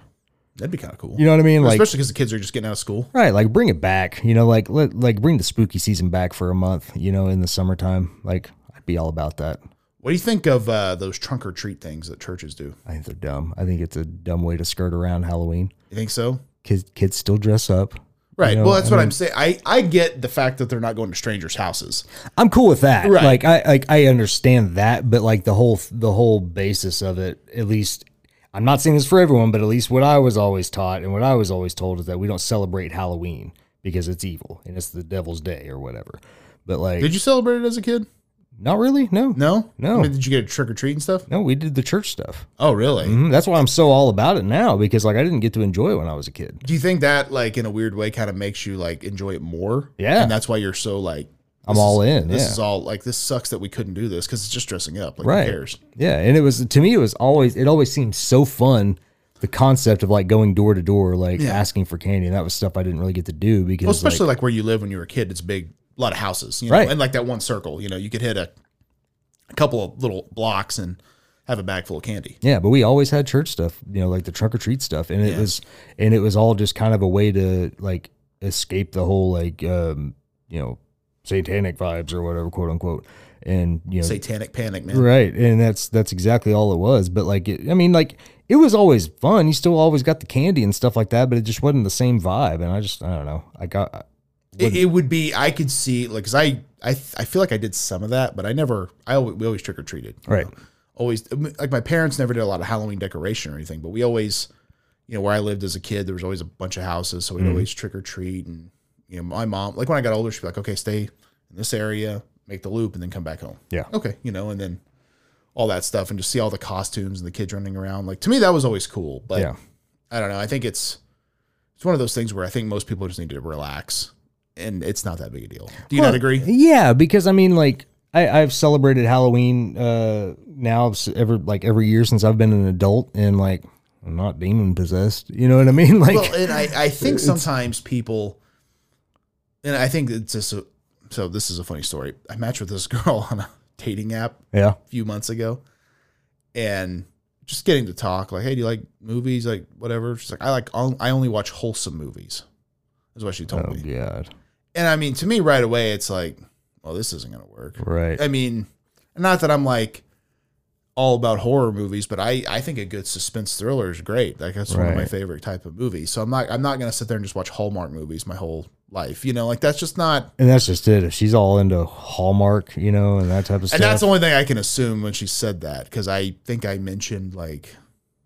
F: That'd be kind of cool.
C: You know what I mean? Like
F: especially because the kids are just getting out of school.
C: Right, like bring it back. You know, like let, like bring the spooky season back for a month. You know, in the summertime, like I'd be all about that.
F: What do you think of uh, those trunk or treat things that churches do?
C: I think they're dumb. I think it's a dumb way to skirt around Halloween.
F: You think so?
C: Kids, kids still dress up.
F: Right.
C: You know,
F: well, that's
C: I
F: what
C: mean-
F: I'm saying. I, I get the fact that they're not going to strangers' houses.
C: I'm cool with that.
F: Right.
C: Like I like I understand that, but like the whole the whole basis of it, at least I'm not saying this for everyone, but at least what I was always taught and what I was always told is that we don't celebrate Halloween because it's evil and it's the devil's day or whatever. But like,
F: Did you celebrate it as a kid?
C: not really. No,
F: No.
C: No.
F: I mean, did you get a trick or treat and stuff?
C: no. We did the church stuff.
F: Oh, really?
C: Mhm. That's why I'm so all about it now because like I didn't get to enjoy it when I was a kid.
F: Do you think that, like, in a weird way, kind of makes you like enjoy it more?
C: Yeah.
F: And that's why you're so like,
C: I'm
F: this is-
C: all in.
F: This
C: yeah.
F: is all like this sucks that we couldn't do this because it's just dressing up. Like,
C: right.
F: who cares?
C: Yeah, and it was to me it was always it always seemed so fun the concept of like going door to door like asking for candy and that was stuff I didn't really get to do because
F: Well, especially
C: like,
F: like, where you live when you were a kid, it's a big a lot of houses, you know,
C: Right.
F: and like that one circle, you know, you could hit a, a couple of little blocks and have a bag full of candy.
C: yeah, but we always had church stuff, you know, like the trunk or treat stuff and it was and it was all just kind of a way to like escape the whole like um, you know, satanic vibes or whatever quote unquote and you know
F: Satanic panic, man.
C: Right, and that's that's exactly all it was. But like, it, I mean, like it was always fun. You still always got the candy and stuff like that, but it just wasn't the same vibe. And I just, I don't know. I got
F: It, it would be. I could see like because I I th- I feel like I did some of that, but I never. I always, we always trick or treated.
C: right.
F: Always like my parents never did a lot of Halloween decoration or anything, but we always, you know, where I lived as a kid, there was always a bunch of houses, so we'd
C: Mm-hmm.
F: always trick or treat. And you know, my mom like when I got older, she'd be like, "Okay, stay in this area, make the loop, and then come back home."
C: Yeah.
F: okay, you know, and then all that stuff and just see all the costumes and the kids running around. Like to me, that was always cool. But
C: Yeah.
F: I don't know. I think it's it's one of those things where I think most people just need to relax, and it's not that big a deal. Do you not agree?
C: Yeah, because I mean, like I, I've celebrated Halloween uh, now s- ever like every year since I've been an adult, and like I'm not demon possessed. You know what I mean? [LAUGHS] Like,
F: Well, and I I think sometimes people, and I think it's just a, so. This is a funny story. I matched with this [LAUGHS] girl on a dating app
C: yeah,
F: few months ago and just getting to talk like hey do you like movies like whatever she's like i like i only watch wholesome movies is what she told
C: oh
F: me
C: god,
F: and i mean to me right away it's like well this isn't gonna work
C: right,
F: i mean not that i'm like all about horror movies but i i think a good suspense thriller is great like that's one of my
C: Right.
F: favorite type of movies so i'm not i'm not gonna sit there and just watch hallmark movies my whole life you know like that's just not
C: and that's just it. If she's all into Hallmark, you know, and that type of stuff,
F: And that's the only thing I can assume when she said that because I think I mentioned like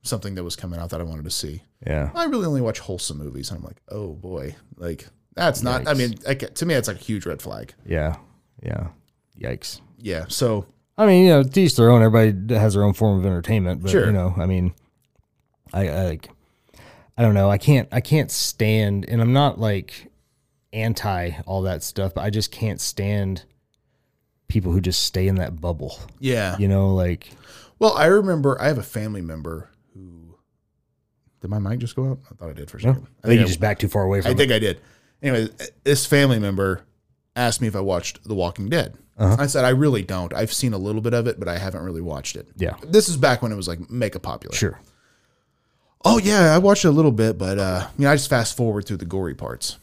F: something that was coming out that I wanted to see.
C: yeah,
F: I really only watch wholesome movies, and I'm like, oh boy, like that's not. I mean, like, to me, that's like a huge red flag.
C: yeah, yeah, yikes.
F: Yeah. So
C: I mean, you know, to each their own. Everybody has their own form of entertainment, but
F: Sure.
C: you know, I mean, I, I like, I don't know. I can't, I can't stand, and I'm not like anti all that stuff, but I just can't stand people who just stay in that bubble.
F: yeah.
C: You know, like
F: Well, I remember I have a family member who Did my mic just go out? I thought I did for a
C: No? I
F: second.
C: think you just backed too far away from
F: I
C: it.
F: think I did. Anyway, this family member asked me if I watched The Walking Dead.
C: Uh-huh.
F: I said I really don't. I've seen a little bit of it, but I haven't really watched it.
C: Yeah.
F: This is back when it was like mega popular.
C: Sure.
F: Oh yeah, I watched a little bit, but uh, you know, I just fast forward through the gory parts.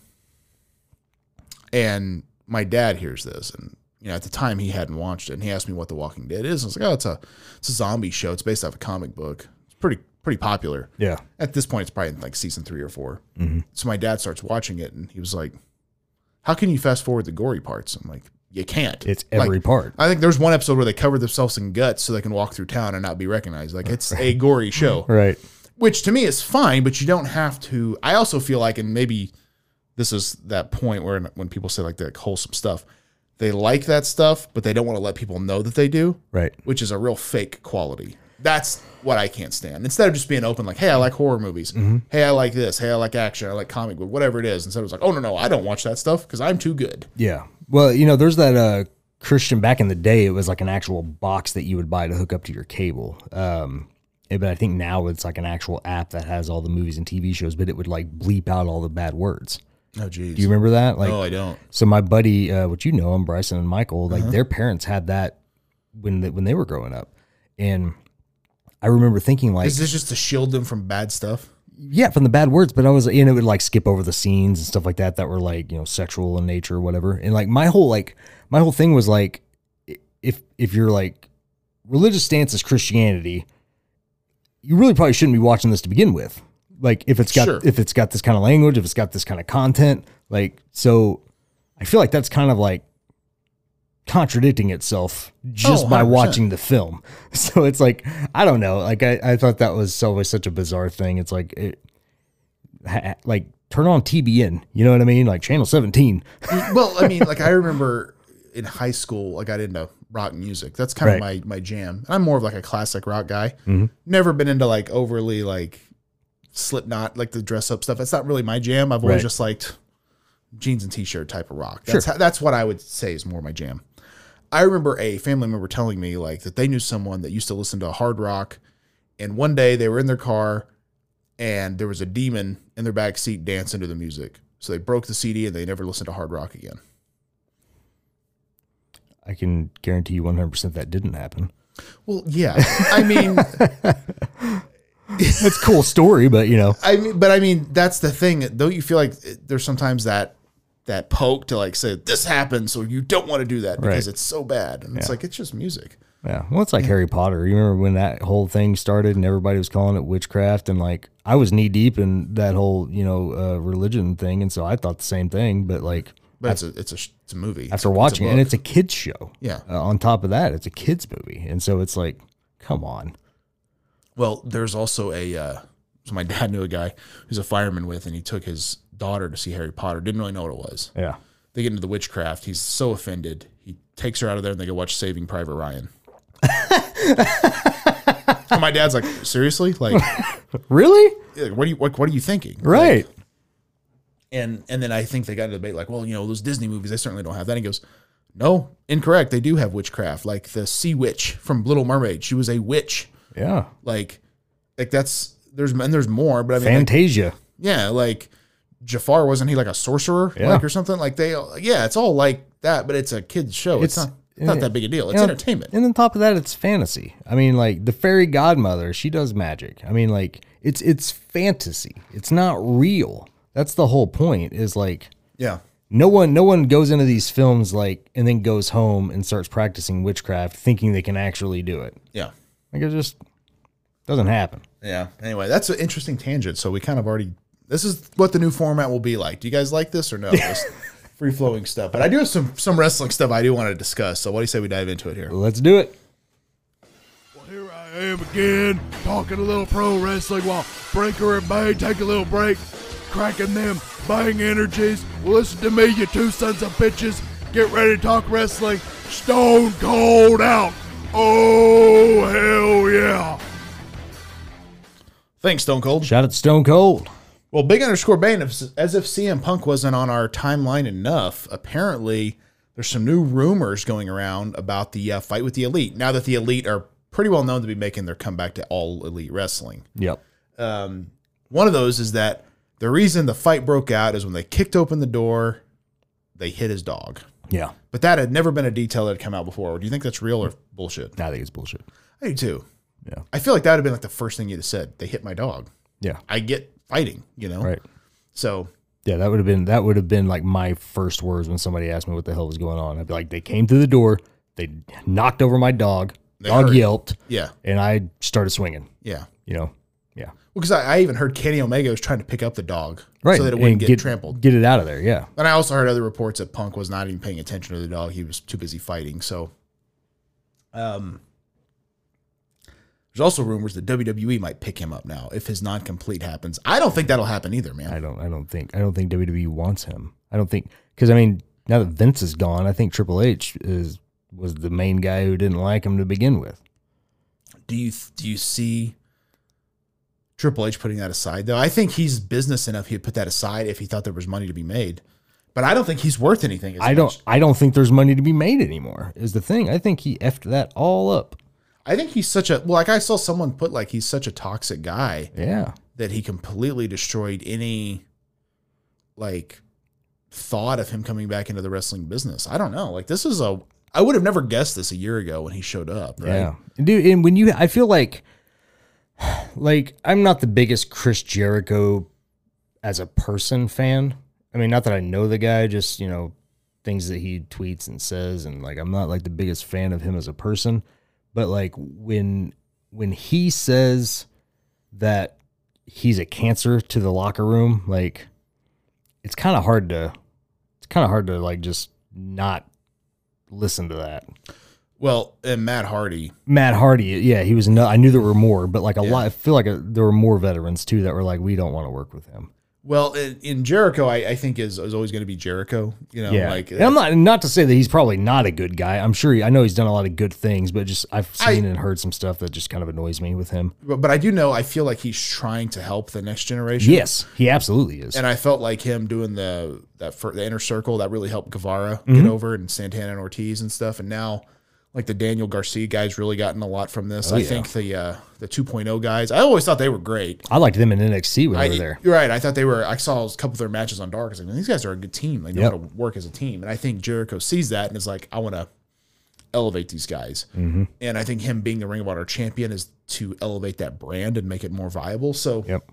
F: And my dad hears this, and you know, at the time he hadn't watched it, and he asked me what The Walking Dead is. And I was like, oh, it's a it's a zombie show. It's based off a comic book. It's pretty pretty popular
C: Yeah.
F: at this point, it's probably in like season three or 4
C: Mm-hmm.
F: So my dad starts watching it, and he was like, "How can you fast forward the gory parts?" I'm like, "You can't.
C: It's every
F: Like,
C: part.
F: I think there's one episode where they cover themselves in guts so they can walk through town and not be
C: [LAUGHS]
F: recognized. Like it's a gory show,
C: Right.
F: which to me is fine, but you don't have to. I also feel like, and maybe this is that point where when people say like the wholesome stuff, they like that stuff, but they don't want to let people know that they do
C: Right.
F: which is a real fake quality. That's what I can't stand. Instead of just being open, like, hey, I like horror movies. Hey, I like this. Hey, I like action. I like comic book, whatever it is. Instead, it was like, oh, no, no, I don't watch that stuff because I'm too good.
C: Yeah. Well, you know, there's that uh, Christian back in the day. It was like an actual box that you would buy to hook up to your cable. Um, eh, but I think now it's like an actual app that has all the movies and TV shows, but it would like bleep out all the bad words.
F: Oh, geez.
C: Do you remember that? Like,
F: no, I don't.
C: so my buddy, uh, which you know him, Bryson and Michael,
F: Uh-huh.
C: like their parents had that when they, when they were growing up, and I remember thinking like,
F: Is this just to shield them from bad stuff?
C: yeah, from the bad words, but I was, you know, it would like skip over the scenes and stuff like that that were like, you know, sexual in nature or whatever. And like my whole like my whole thing was like i- if if you're like religious stance is Christianity, you really probably shouldn't be watching this to begin with. Like if it's got
F: Sure.
C: if it's got this kind of language, if it's got this kind of content, like so I feel like that's kind of like contradicting itself just
F: Oh,
C: by
F: 100%.
C: watching the film. [LAUGHS] So it's like I don't know. Like I, I thought that was always such a bizarre thing. It's like it, ha, like turn on TBN. You know what I mean? Like channel seventeen.
F: well, I mean, like I remember in high school, like I got into rock music. That's kind
C: Right. Mm-hmm.
F: of my my jam. I'm more of like a classic rock guy. Never been into like overly like Slipknot, like the dress up stuff. That's not really my jam. I've always
C: Right.
F: just liked jeans and t-shirt type of rock. That's how, that's what I would say is more my jam. I remember a family member telling me like that they knew someone that used to listen to hard rock, and one day they were in their car and there was a demon in their back seat dancing to the music. So they broke the CD and they never listened to hard rock again.
C: I can guarantee you one hundred percent that didn't happen.
F: Well, yeah. I mean,
C: It's a cool story, but you know,
F: I mean, but I mean, that's the thing. Don't you feel like it- there's sometimes that that poke to like say this happened, so you don't want to do that because
C: Right.
F: it's so bad, and it's like it's just music.
C: yeah. Well, it's like Harry Potter. You remember when that whole thing started and everybody was calling it witchcraft, and like I was knee deep in that whole you know uh, religion thing, and so I thought the same thing. But like
F: But it's a it's a sh- it's a movie. It's
C: after
F: a- it's a
C: watching it, and
F: book.
C: it's a kids show.
F: Yeah.
C: Uh, on top of that, it's a kids movie, and so it's like, come on.
F: Well, there's also a. Uh, so my dad knew a guy who's a fireman with, and he took his daughter to see Harry Potter. Didn't really know what it was.
C: Yeah.
F: They get into the witchcraft. He's so offended. He takes her out of there, and they go watch Saving Private Ryan. [LAUGHS] and my dad's like, seriously, like,
C: Really?
F: what are you, what, what are you thinking?
C: Right.
F: Like, and and then I think they got into debate like, well, you know, those Disney movies, they certainly don't have that. And he goes, no, incorrect. They do have witchcraft, like the sea witch from Little Mermaid. She was a witch.
C: yeah.
F: Like, like that's there's and there's more, but I mean, like,
C: Fantasia.
F: yeah, like Jafar wasn't he like a sorcerer,
C: Yeah.
F: like or something? Like they, yeah, it's all like that, but it's a kids show. It's,
C: It's-
F: not it's not that big a deal. It's
C: You know,
F: entertainment.
C: And on top of that, it's fantasy. I mean, like the fairy godmother, she does magic. I mean, like it's it's fantasy. It's not real. That's the whole point. Is like
F: Yeah,
C: no one no one goes into these films like and then goes home and starts practicing witchcraft thinking they can actually do it.
F: yeah,
C: Like it just doesn't happen.
F: yeah. Anyway, that's an interesting tangent. So we kind of already. This is what the new format will be like. Do you guys like this or no? Free flowing stuff, but I do have some some wrestling stuff I do want to discuss. So what do you say we dive into it here?
C: Let's do it.
B: Here I am again, talking a little pro wrestling while Breaker and Bay take a little break, cracking them bang energies. Listen to me, you two sons of bitches. Get ready to talk wrestling. Stone cold out. Oh hell yeah!
F: Thanks, Stone Cold.
C: Shout out Stone Cold.
F: Well, big underscore Bane, if- as if CM Punk wasn't on our timeline enough, apparently there's some new rumors going around about the uh, fight with the Elite. Now that the Elite are pretty well known to be making their comeback to all Elite Wrestling.
C: Yep.
F: Um, One of those is that the reason the fight broke out is when they kicked open the door, they hit his dog.
C: Yeah.
F: But that had never been a detail that had come out before. Do you think that's real or bullshit?
C: I think it's bullshit.
F: I do too.
C: Yeah.
F: I feel like that would have been like the first thing you'd have said. They hit my dog.
C: Yeah.
F: I get fighting, you know?
C: Right.
F: So
C: Yeah, that would have been that would have been like my first words when somebody asked me what the hell was going on. I'd be like, they came through the door, they knocked over my dog,
F: They
C: dog
F: heard.
C: yelped,
F: yeah,
C: and I started swinging.
F: yeah.
C: You know,
F: Well, because I, I even heard Kenny Omega was trying to pick up the dog
C: right?
F: so that it
C: and
F: wouldn't get, trampled.
C: get it out of there. Yeah,
F: and I also heard other reports that Punk was not even paying attention to the dog; he was too busy fighting. So, um, there's also rumors that WWE might pick him up now if his non-complete happens. I don't think that'll happen either, man.
C: I don't, I don't think, I don't think WWE wants him. I don't think because I mean, now that Vince is gone, I think Triple H is was the main guy who didn't like him to begin with.
F: Do you do you see Triple H putting that aside though? I think he's business enough he'd put that aside if he thought there was money to be made. But I don't think he's worth anything. as
C: I
F: much.
C: don't, I don't think there's money to be made anymore. Is the thing. I think he effed that all up.
F: I think he's such a well, like I saw someone put like he's such a toxic guy
C: Yeah,
F: that he completely destroyed any like thought of him coming back into the wrestling business. I don't know. Like this is a I would have never guessed this a year ago when he showed up, right?
C: Yeah. Dude, and when you I feel like [SIGHS] like I'm not the biggest Chris Jericho as a person fan. I mean, not that I know the guy, just, you know, things that he tweets and says and like I'm not like the biggest fan of him as a person, but like when when he says that he's a cancer to the locker room, like it's kind of hard to it's kind of hard to like just not listen to that.
F: Well, and Matt Hardy,
C: Matt Hardy, yeah, he was. No, I knew there were more, but like a lot, I feel like uh there were more veterans too that were like, we don't want to work with him.
F: well, in, in Jericho, I, I think is, is always going to be Jericho. You know,
C: yeah,
F: like
C: and I'm not not to say that he's probably not a good guy. I'm sure. He, I know he's done a lot of good things, but just I've
F: I-
C: seen and heard some stuff that just kind of annoys me with him.
F: but, but I do know I feel like he's trying to help the next generation.
C: Yes, he absolutely is.
F: And I felt like him doing the that for the inner circle that really helped Guevara
C: Mm-hmm.
F: get over and Santana and Ortiz and stuff. And now, like the Daniel Garcia guys, really gotten a lot from this. I
C: Oh, yeah.
F: think the uh, the 2.0 guys. I always thought they were great.
C: I liked them in NXT when
F: I,
C: they were there.
F: You're right. I thought they were. I saw a couple of their matches on Dark. I was like, "Man, these guys are a good team. They know how
C: Yep.
F: to work as a team. And I think Jericho sees that and is like, I want to elevate these guys.
C: Mm-hmm.
F: And I think him being the Ring of Honor champion is to elevate that brand and make it more viable. So
C: Yep.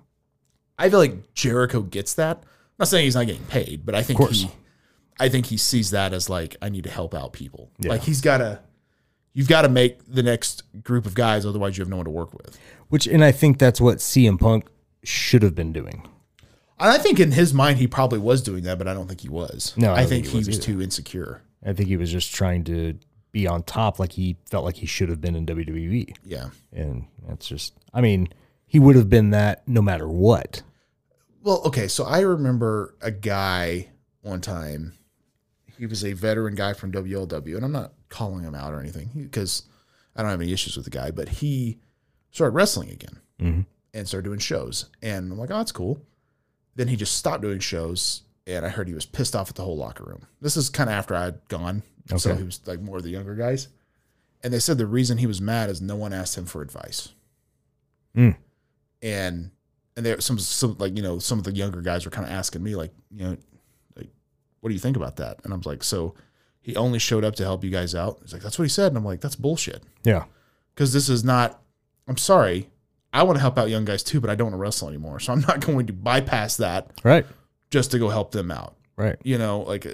F: I feel like Jericho gets that. I'm not saying he's not getting paid, but I think
C: course.
F: he, I think he sees that as like I need to help out people. Like he's got to, you've got to make the next group of guys, otherwise you have no one to work with.
C: Which, and I think that's what CM Punk should have been doing.
F: And I think in his mind he probably was doing that, but I don't think he was.
C: No, I
F: I,
C: don't
F: think,
C: think he
F: he was,
C: was
F: too insecure.
C: I think he was just trying to be on top, like he felt like he should have been in E. WWE,
F: Yeah.
C: and that's just. I mean, he would have been that no matter what.
F: Well, okay, so I remember a guy one time. He was a veteran guy from WLW, and I'm not calling him out or anything because I don't have any issues with the guy. But he started wrestling again
C: Mm-hmm.
F: and started doing shows, and I'm like, oh, that's cool. Then he just stopped doing shows, and I heard he was pissed off at the whole locker room. This is kind of after I'd gone, so
C: Okay.
F: he was like more of the younger guys, and they said the reason he was mad is no one asked him for advice,
C: Mm.
F: and and there some some like you know some of the younger guys were kind of asking me like you know like what do you think about that and i was like so he only showed up to help you guys out he's like that's what he said and i'm like that's bullshit
C: Yeah.
F: because this is not i'm sorry i want to help out young guys too but i don't want to wrestle anymore so i'm not [LAUGHS] going to bypass that
C: Right.
F: just to go help them out
C: Right.
F: you know like uh,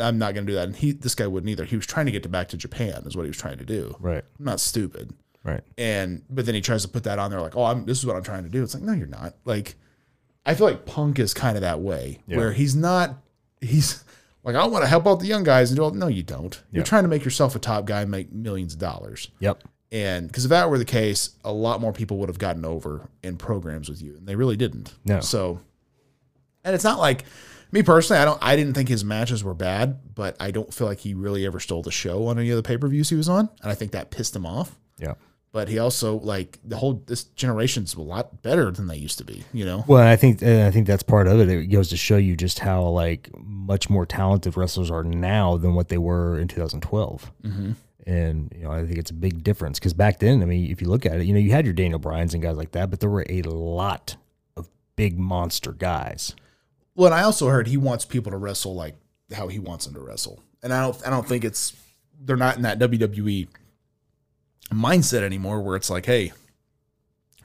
F: i'm not going to do that and he this guy wouldn't either he was trying to get to back to japan is what he was trying to do
C: Right.
F: i'm not stupid
C: Right.
F: and but then he tries to put that on there like oh I'm, this is what i'm trying to do it's like no you're not like i feel like punk is kind of that way
C: Yeah.
F: where he's not he's like i want to help out the young guys and do all no you don't you're
C: Yeah.
F: trying to make yourself a top guy and make millions of dollars
C: Yep.
F: and because if that were the case a lot more people would have gotten over in programs with you and they really didn't
C: No.
F: so and it's not like me personally i don't i didn't think his matches were bad but i don't feel like he really ever stole the show on any of the pay-per-views he was on and i think that pissed him off
C: Yeah.
F: but he also like the whole this generation's a lot better than they used to be you know
C: Well, and I think and I think that's part of it. It goes to show you just how like much more talented wrestlers are now than what they were in 2012. And you know, I think it's a big difference because back then, I mean, if you look at it, you know, you had your Daniel Bryans and guys like that, but there were a lot of big monster guys.
F: Well, and I also heard he wants people to wrestle like how he wants them to wrestle, and I don't I don't think it's they're not in that WWE mindset anymore where it's like, hey,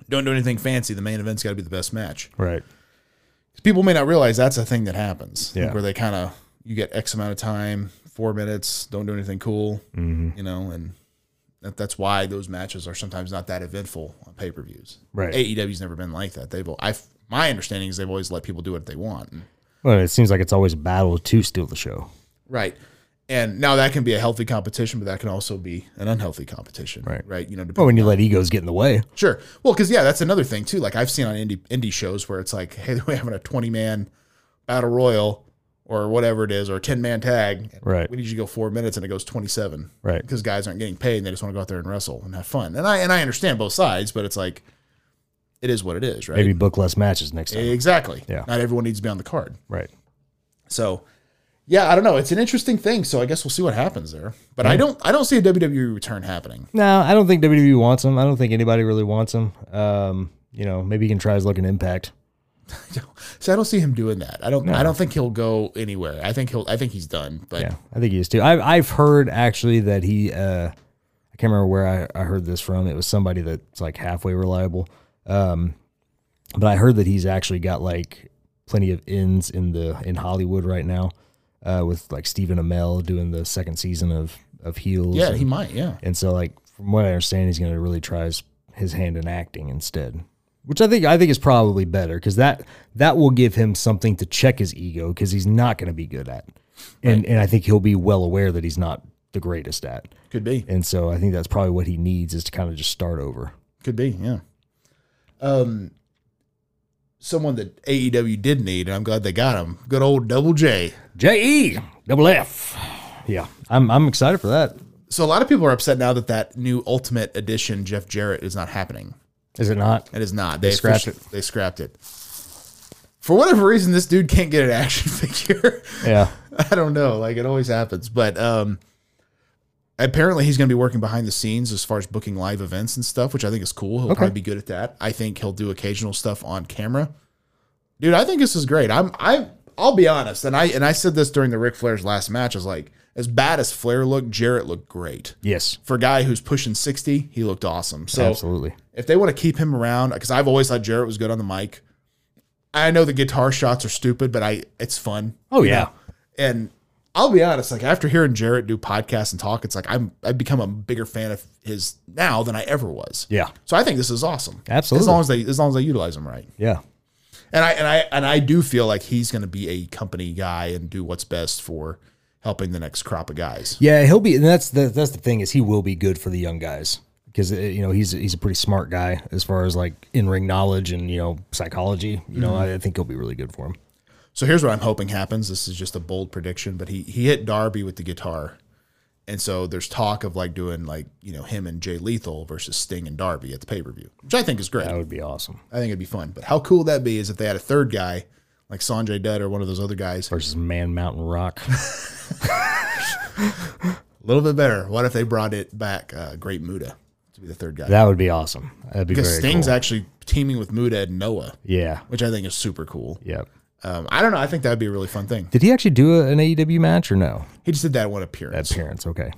F: don't do anything fancy. The main event's got to be the best match.
C: Right.
F: people may not realize that's a thing that happens.
C: Yeah.
F: Where they kind of you get X amount of time, four minutes, don't do anything cool,
C: Mm-hmm.
F: you know, and that, that's why those matches are sometimes not that eventful on pay per views.
C: Right.
F: AEW's never been like that. They've I my understanding is they've always let people do what they want. And-
C: Well, it seems like it's always a battle to steal the show.
F: Right. And now that can be a healthy competition, but that can also be an unhealthy competition.
C: Right.
F: Right. You know, depending
C: Well, when you let egos get in the way.
F: Sure. Well, because yeah, that's another thing too. Like I've seen on indie indie shows where it's like, [LAUGHS] hey, we're having a twenty man battle royal or whatever it is, or a ten man tag.
C: Right.
F: We need you to go four minutes, and it goes twenty seven.
C: Right.
F: Because guys aren't getting paid, and they just want to go out there and wrestle and have fun. And I and I understand both sides, but it's like, it is what it is, right?
C: Maybe book less matches next time.
F: Exactly.
C: Yeah.
F: Not everyone needs to be on the card.
C: Right.
F: So. Yeah, I don't know. It's an interesting thing, so I guess we'll see what happens there. But I don't, I don't see a WWE return happening.
C: No, I don't think WWE wants him. I don't think anybody really wants him. Um, you know, maybe he can try his luck in Impact.
F: So I don't [LAUGHS] see him doing that. I don't. I don't think he'll go anywhere. I think he'll. I think he's done. But
C: Yeah, I think he is too. I've I've heard actually that he uh I can't remember where I, I heard this from. It was somebody that's like halfway reliable. Um but I heard that he's actually got like plenty of ins in the in Hollywood right now, uh with like Stephen Amell doing the second season of of Heels.
F: yeah,
C: and,
F: he might. Yeah,
C: and so like from what I understand he's gonna really try his, his hand in acting instead. Which I think I think is probably better because that that will give him something to check his ego because he's not going to be good at, and and I think he'll be well aware that he's not the greatest at,
F: could be.
C: and so I think that's probably what he needs is to kind of just start over.
F: Could be. Yeah. Um, someone that AEW did need, and I'm glad they got him. Good old Double J.
C: J E double F, yeah, I'm I'm excited for that.
F: So a lot of people are upset now that that new Ultimate Edition Jeff Jarrett is not happening.
C: Is it not?
F: It is not. They,
C: scrapped
F: offici- They scrapped it. For whatever reason, this dude can't get an action [LAUGHS] figure.
C: Yeah,
F: [LAUGHS] I don't know. Like it always happens, but um, apparently he's going to be working behind the scenes as far as booking live events and stuff, which I think is cool. He'll probably be good at that. I think he'll do occasional stuff on camera. Dude, I think this is great. I'm I I'll be honest, and I and I said this during the Ric Flair's last match. I was like, as bad as Flair looked, Jarrett looked great
C: yes,
F: for a guy who's pushing sixty. He looked awesome. So
C: absolutely.
F: if they want to keep him around, because I've always thought Jarrett was good on the mic. I know the guitar shots are stupid, but I it's fun.
C: Oh
F: you
C: yeah.
F: know? And I'll be honest, like after hearing Jarrett do podcasts and talk, it's like I'm I've become a bigger fan of his now than I ever was.
C: Yeah.
F: So I think this is awesome.
C: Absolutely.
F: As long as they as long as they utilize him right.
C: Yeah,
F: And I and I and I do feel like he's gonna be a company guy and do what's best for helping the next crop of guys.
C: Yeah, he'll be. And that's the that's the thing is he will be good for the young guys because you know he's he's a pretty smart guy as far as like in ring knowledge and you know psychology. You know,
F: Mm-hmm.
C: I, I think he'll be really good for him.
F: So here's what I'm hoping happens. This is just a bold prediction, but he he hit Darby with the guitar. And so there's talk of like doing like, you know, him and Jay Lethal versus Sting and Darby at the pay per view, which I think is great.
C: That would be awesome
F: I think it'd be fun. But how cool would that be is if they had a third guy like Sanjay Dutt or one of those other guys.
C: versus Man Mountain Rock.
F: A little bit better. What if they brought it back uh, Great Muda to be the third guy?
C: that would be awesome. That'd be
F: because
C: very
F: Sting's
C: cool.
F: actually teaming with Muda and Noah,
C: yeah,
F: which I think is super cool.
C: yeah.
F: Um, I don't know. I think that'd be a really fun thing.
C: Did he actually do a, an AEW match or no?
F: He just did that one appearance.
C: Appearance, okay.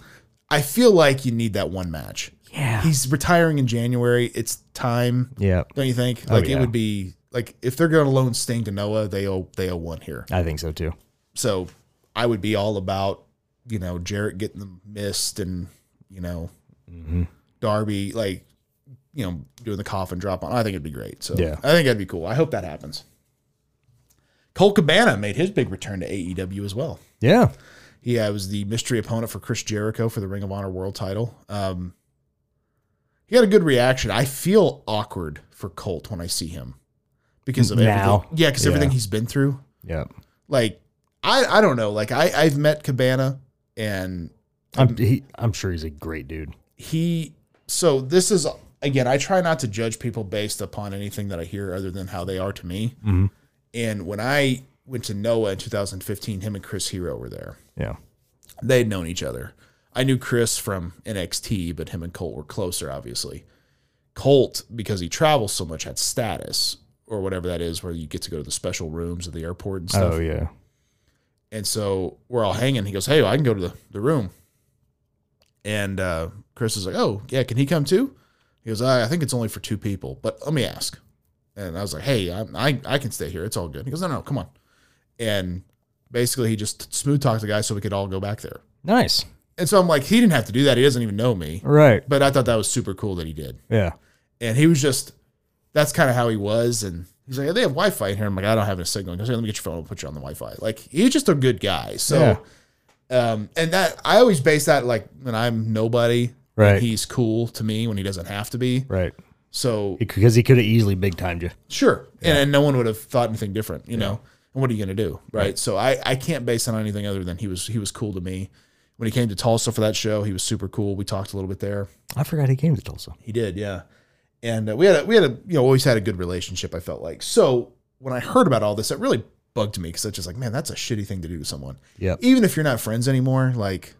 F: I feel like you need that one match.
C: Yeah.
F: He's retiring in January. It's time.
C: Yeah,
F: Don't you think? Like
C: Oh, yeah.
F: it would be like if they're going to loan Sting to Noah, they owe they owe one here.
C: I think so too.
F: so I would be all about you know Jarrett getting the mist and you know
C: Mm-hmm.
F: Darby like you know doing the coffin drop on. I think it'd be great. So
C: Yeah.
F: I think that'd be cool. I hope that happens. Cole Cabana made his big return to AEW as well.
C: Yeah,
F: He uh, was the mystery opponent for Chris Jericho for the Ring of Honor World Title. Um, he had a good reaction. I feel awkward for Colt when I see him because of
C: Now.
F: everything. Yeah, because everything
C: Yeah.
F: he's been through
C: yeah.
F: like I I don't know. Like I I've met Cabana and
C: I'm he, I'm sure he's a great dude.
F: he so this is again I try not to judge people based upon anything that I hear other than how they are to me. And when I went to Noah in 2015, him and Chris Hero were there.
C: Yeah,
F: They'd known each other. I knew Chris from NXT, but him and Colt were closer, obviously. Colt, because he travels so much, had status. or whatever that is, where you get to go to the special rooms at the airport and stuff.
C: Oh yeah.
F: And so we're all hanging. He goes, Hey, I can go to the, the room. And uh, Chris is like, Oh, yeah, can he come too? He goes, I, I think it's only for two people, but let me ask. And I was like, Hey, I, I, I can stay here. It's all good. He goes, No, no, come on. And basically, he just smooth talked the guy so we could all go back there.
C: Nice.
F: And so I'm like, He didn't have to do that. He doesn't even know me.
C: Right.
F: But I thought that was super cool that he did.
C: Yeah.
F: And he was just, that's kind of how he was. And he's like, they have Wi Fi in here. I'm like, I don't have a signal. He goes, "Here, let me get your phone. I'll put you on the Wi Fi. Like, he's just a good guy. So, um, and that, I always base that like when I'm nobody,
C: Right.
F: he's cool to me when he doesn't have to be.
C: right.
F: So,
C: Because he could have easily big timed you.
F: sure. And, and no one would have thought anything different, you know? And what are you going to do? Right. So I, I can't base it on anything other than he was, he was cool to me. When he came to Tulsa for that show, he was super cool. We talked a little bit there.
C: I forgot he came to Tulsa.
F: He did, yeah. And uh, we had a, we had a you know always had a good relationship. I felt like so when I heard about all this, it really bugged me because it's just like man, that's a shitty thing to do to someone.
C: Yep.
F: Even if you're not friends anymore, like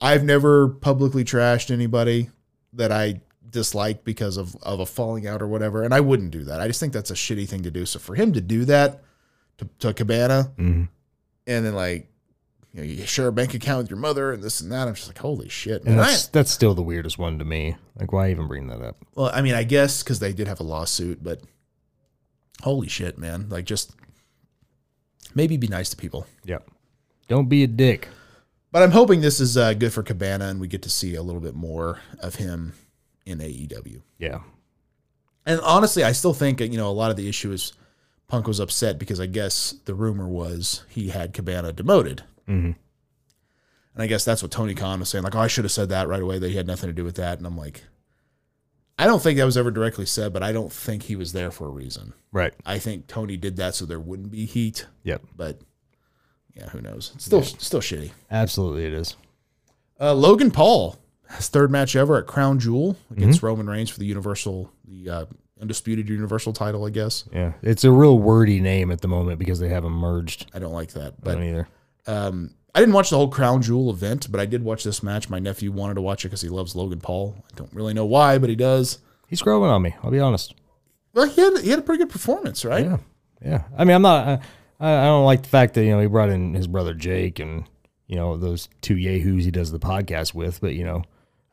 F: I've never publicly trashed anybody that I dislike because of of a falling out or whatever, and I wouldn't do that. I just think that's a shitty thing to do. So for him to do that to, to Cabana,
C: Mhm.
F: and then like. You, know, you share a bank account with your mother and this and that. I'm just like, holy shit.
C: And
F: And I-
C: that's that's still the weirdest one to me. Like why even bring that up?
F: well, I mean, I guess because they did have a lawsuit, but holy shit, man! Like, just maybe be nice to people.
C: Yep. Don't be a dick.
F: But I'm hoping this is uh, good for Cabana, and we get to see a little bit more of him in AEW.
C: Yeah.
F: And honestly, I still think you know a lot of the issue is Punk was upset because I guess the rumor was he had Cabana demoted,
C: Mhm.
F: and I guess that's what Tony Khan was saying. Like, oh, I should have said that right away that he had nothing to do with that. And I'm like, I don't think that was ever directly said, but I don't think he was there for a reason.
C: Right.
F: I think Tony did that so there wouldn't be heat,
C: Yep.
F: but yeah, who knows? It's still still shitty.
C: Absolutely it is.
F: Uh, Logan Paul, his third match ever at Crown Jewel against Roman Reigns for the Universal, the uh, undisputed Universal title, I guess.
C: Yeah. It's a real wordy name at the moment because they haven't merged.
F: I don't like that,
C: I
F: but
C: don't either.
F: um, I didn't watch the whole Crown Jewel event, but I did watch this match. My nephew wanted to watch it because he loves Logan Paul. I don't really know why, but he does.
C: He's growing on me, I'll be honest.
F: Well, he had he had a pretty good performance, right?
C: Yeah, yeah. I mean, I'm not. I, I I don't like the fact that you know he brought in his brother Jake and you know those two yahoos he does the podcast with. But you know,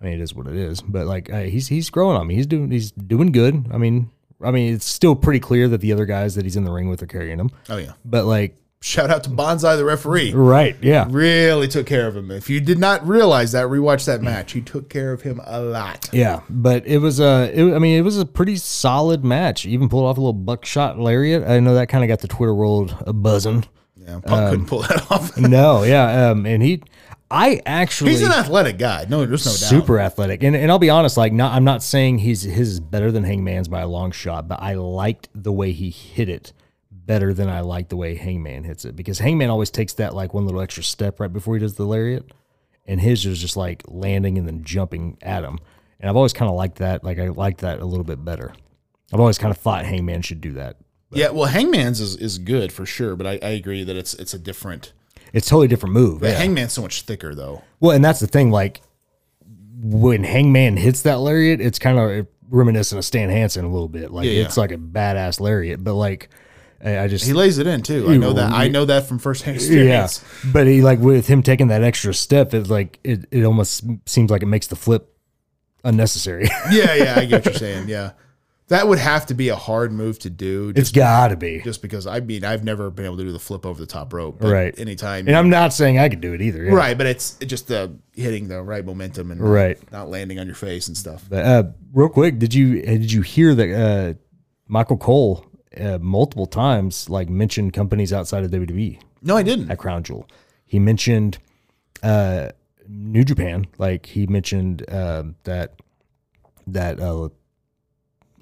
C: I mean, it is what it is. But like, I, he's he's growing on me. He's doing he's doing good. I mean, I mean, it's still pretty clear that the other guys that he's in the ring with are carrying him.
F: Oh yeah.
C: But like,
F: Shout out to Bonsai the referee.
C: right? Yeah,
F: really took care of him. If you did not realize that, rewatch
C: Mm.
F: that match. He took care of him a lot.
C: yeah. But it was a. It, I mean, it was a pretty solid match. Even pulled off a little buckshot lariat. I know that kind of got the Twitter world a [LAUGHS] buzzing.
F: Yeah, Punk
C: um,
F: couldn't pull
C: [LAUGHS]
F: that off.
C: no, yeah. Um, and he, I actually
F: [LAUGHS] He's an athletic guy. No, there's no doubt.
C: super athletic. And, and I'll be honest, like not, I'm not saying he's his is better than Hangman's by a long shot, but I liked the way he hit it better than I liked the way Hangman hits it because Hangman always takes that like one little extra step right before he does the lariat, and his is just like landing and then jumping at him. And I've always kind of liked that. Like I liked that a little bit better. I've always kind of thought Hangman should do that.
F: Yeah, well, Hangman's is, is good for sure, but I, I agree that it's it's a different.
C: It's a totally different move.
F: But
C: yeah.
F: Hangman's so much thicker though.
C: Well, and that's the thing. Like when Hangman hits that lariat, it's kind of reminiscent of Stan Hansen a little bit. Like
F: Yeah, yeah.
C: it's like a badass lariat, but like I I just
F: He lays it in too. I know that. I know that from firsthand
C: yeah.
F: experience.
C: But he like with him taking that extra step, it's like it it almost seems like it makes the flip unnecessary. [LAUGHS]
F: Yeah, yeah, I get what you're saying. Yeah, that would have to be a hard move to do.
C: it's
F: Just,
C: got to be.
F: just because I mean I've never been able to do the flip over the top rope.
C: Right.
F: Anytime.
C: And I'm not saying I could do it either. yeah.
F: Right, but it's it's just the hitting the right momentum and
C: Right.
F: not landing on your face and stuff.
C: But uh, real quick, did you uh, did you hear that uh, Michael Cole uh, multiple times like mentioned companies outside of E? WWE?
F: No, I didn't.
C: at Crown Jewel. He mentioned uh, New Japan, like he mentioned uh, that that uh,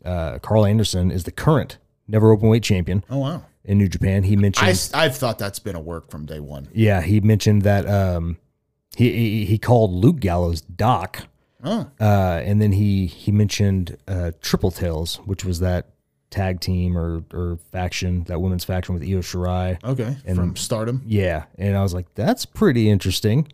C: uh, Carl Anderson is the current never open weight champion
F: Oh wow.
C: in New Japan. He mentioned,
F: I, I've thought that's been a work from day one.
C: yeah, he mentioned that um, he, he he called Luke Gallows Doc,
F: Oh,
C: uh, and then he he mentioned uh, Triple Tails, which was that tag team or or faction, that women's faction with Io Shirai.
F: okay. from stardom.
C: Yeah, and I was like, that's pretty interesting.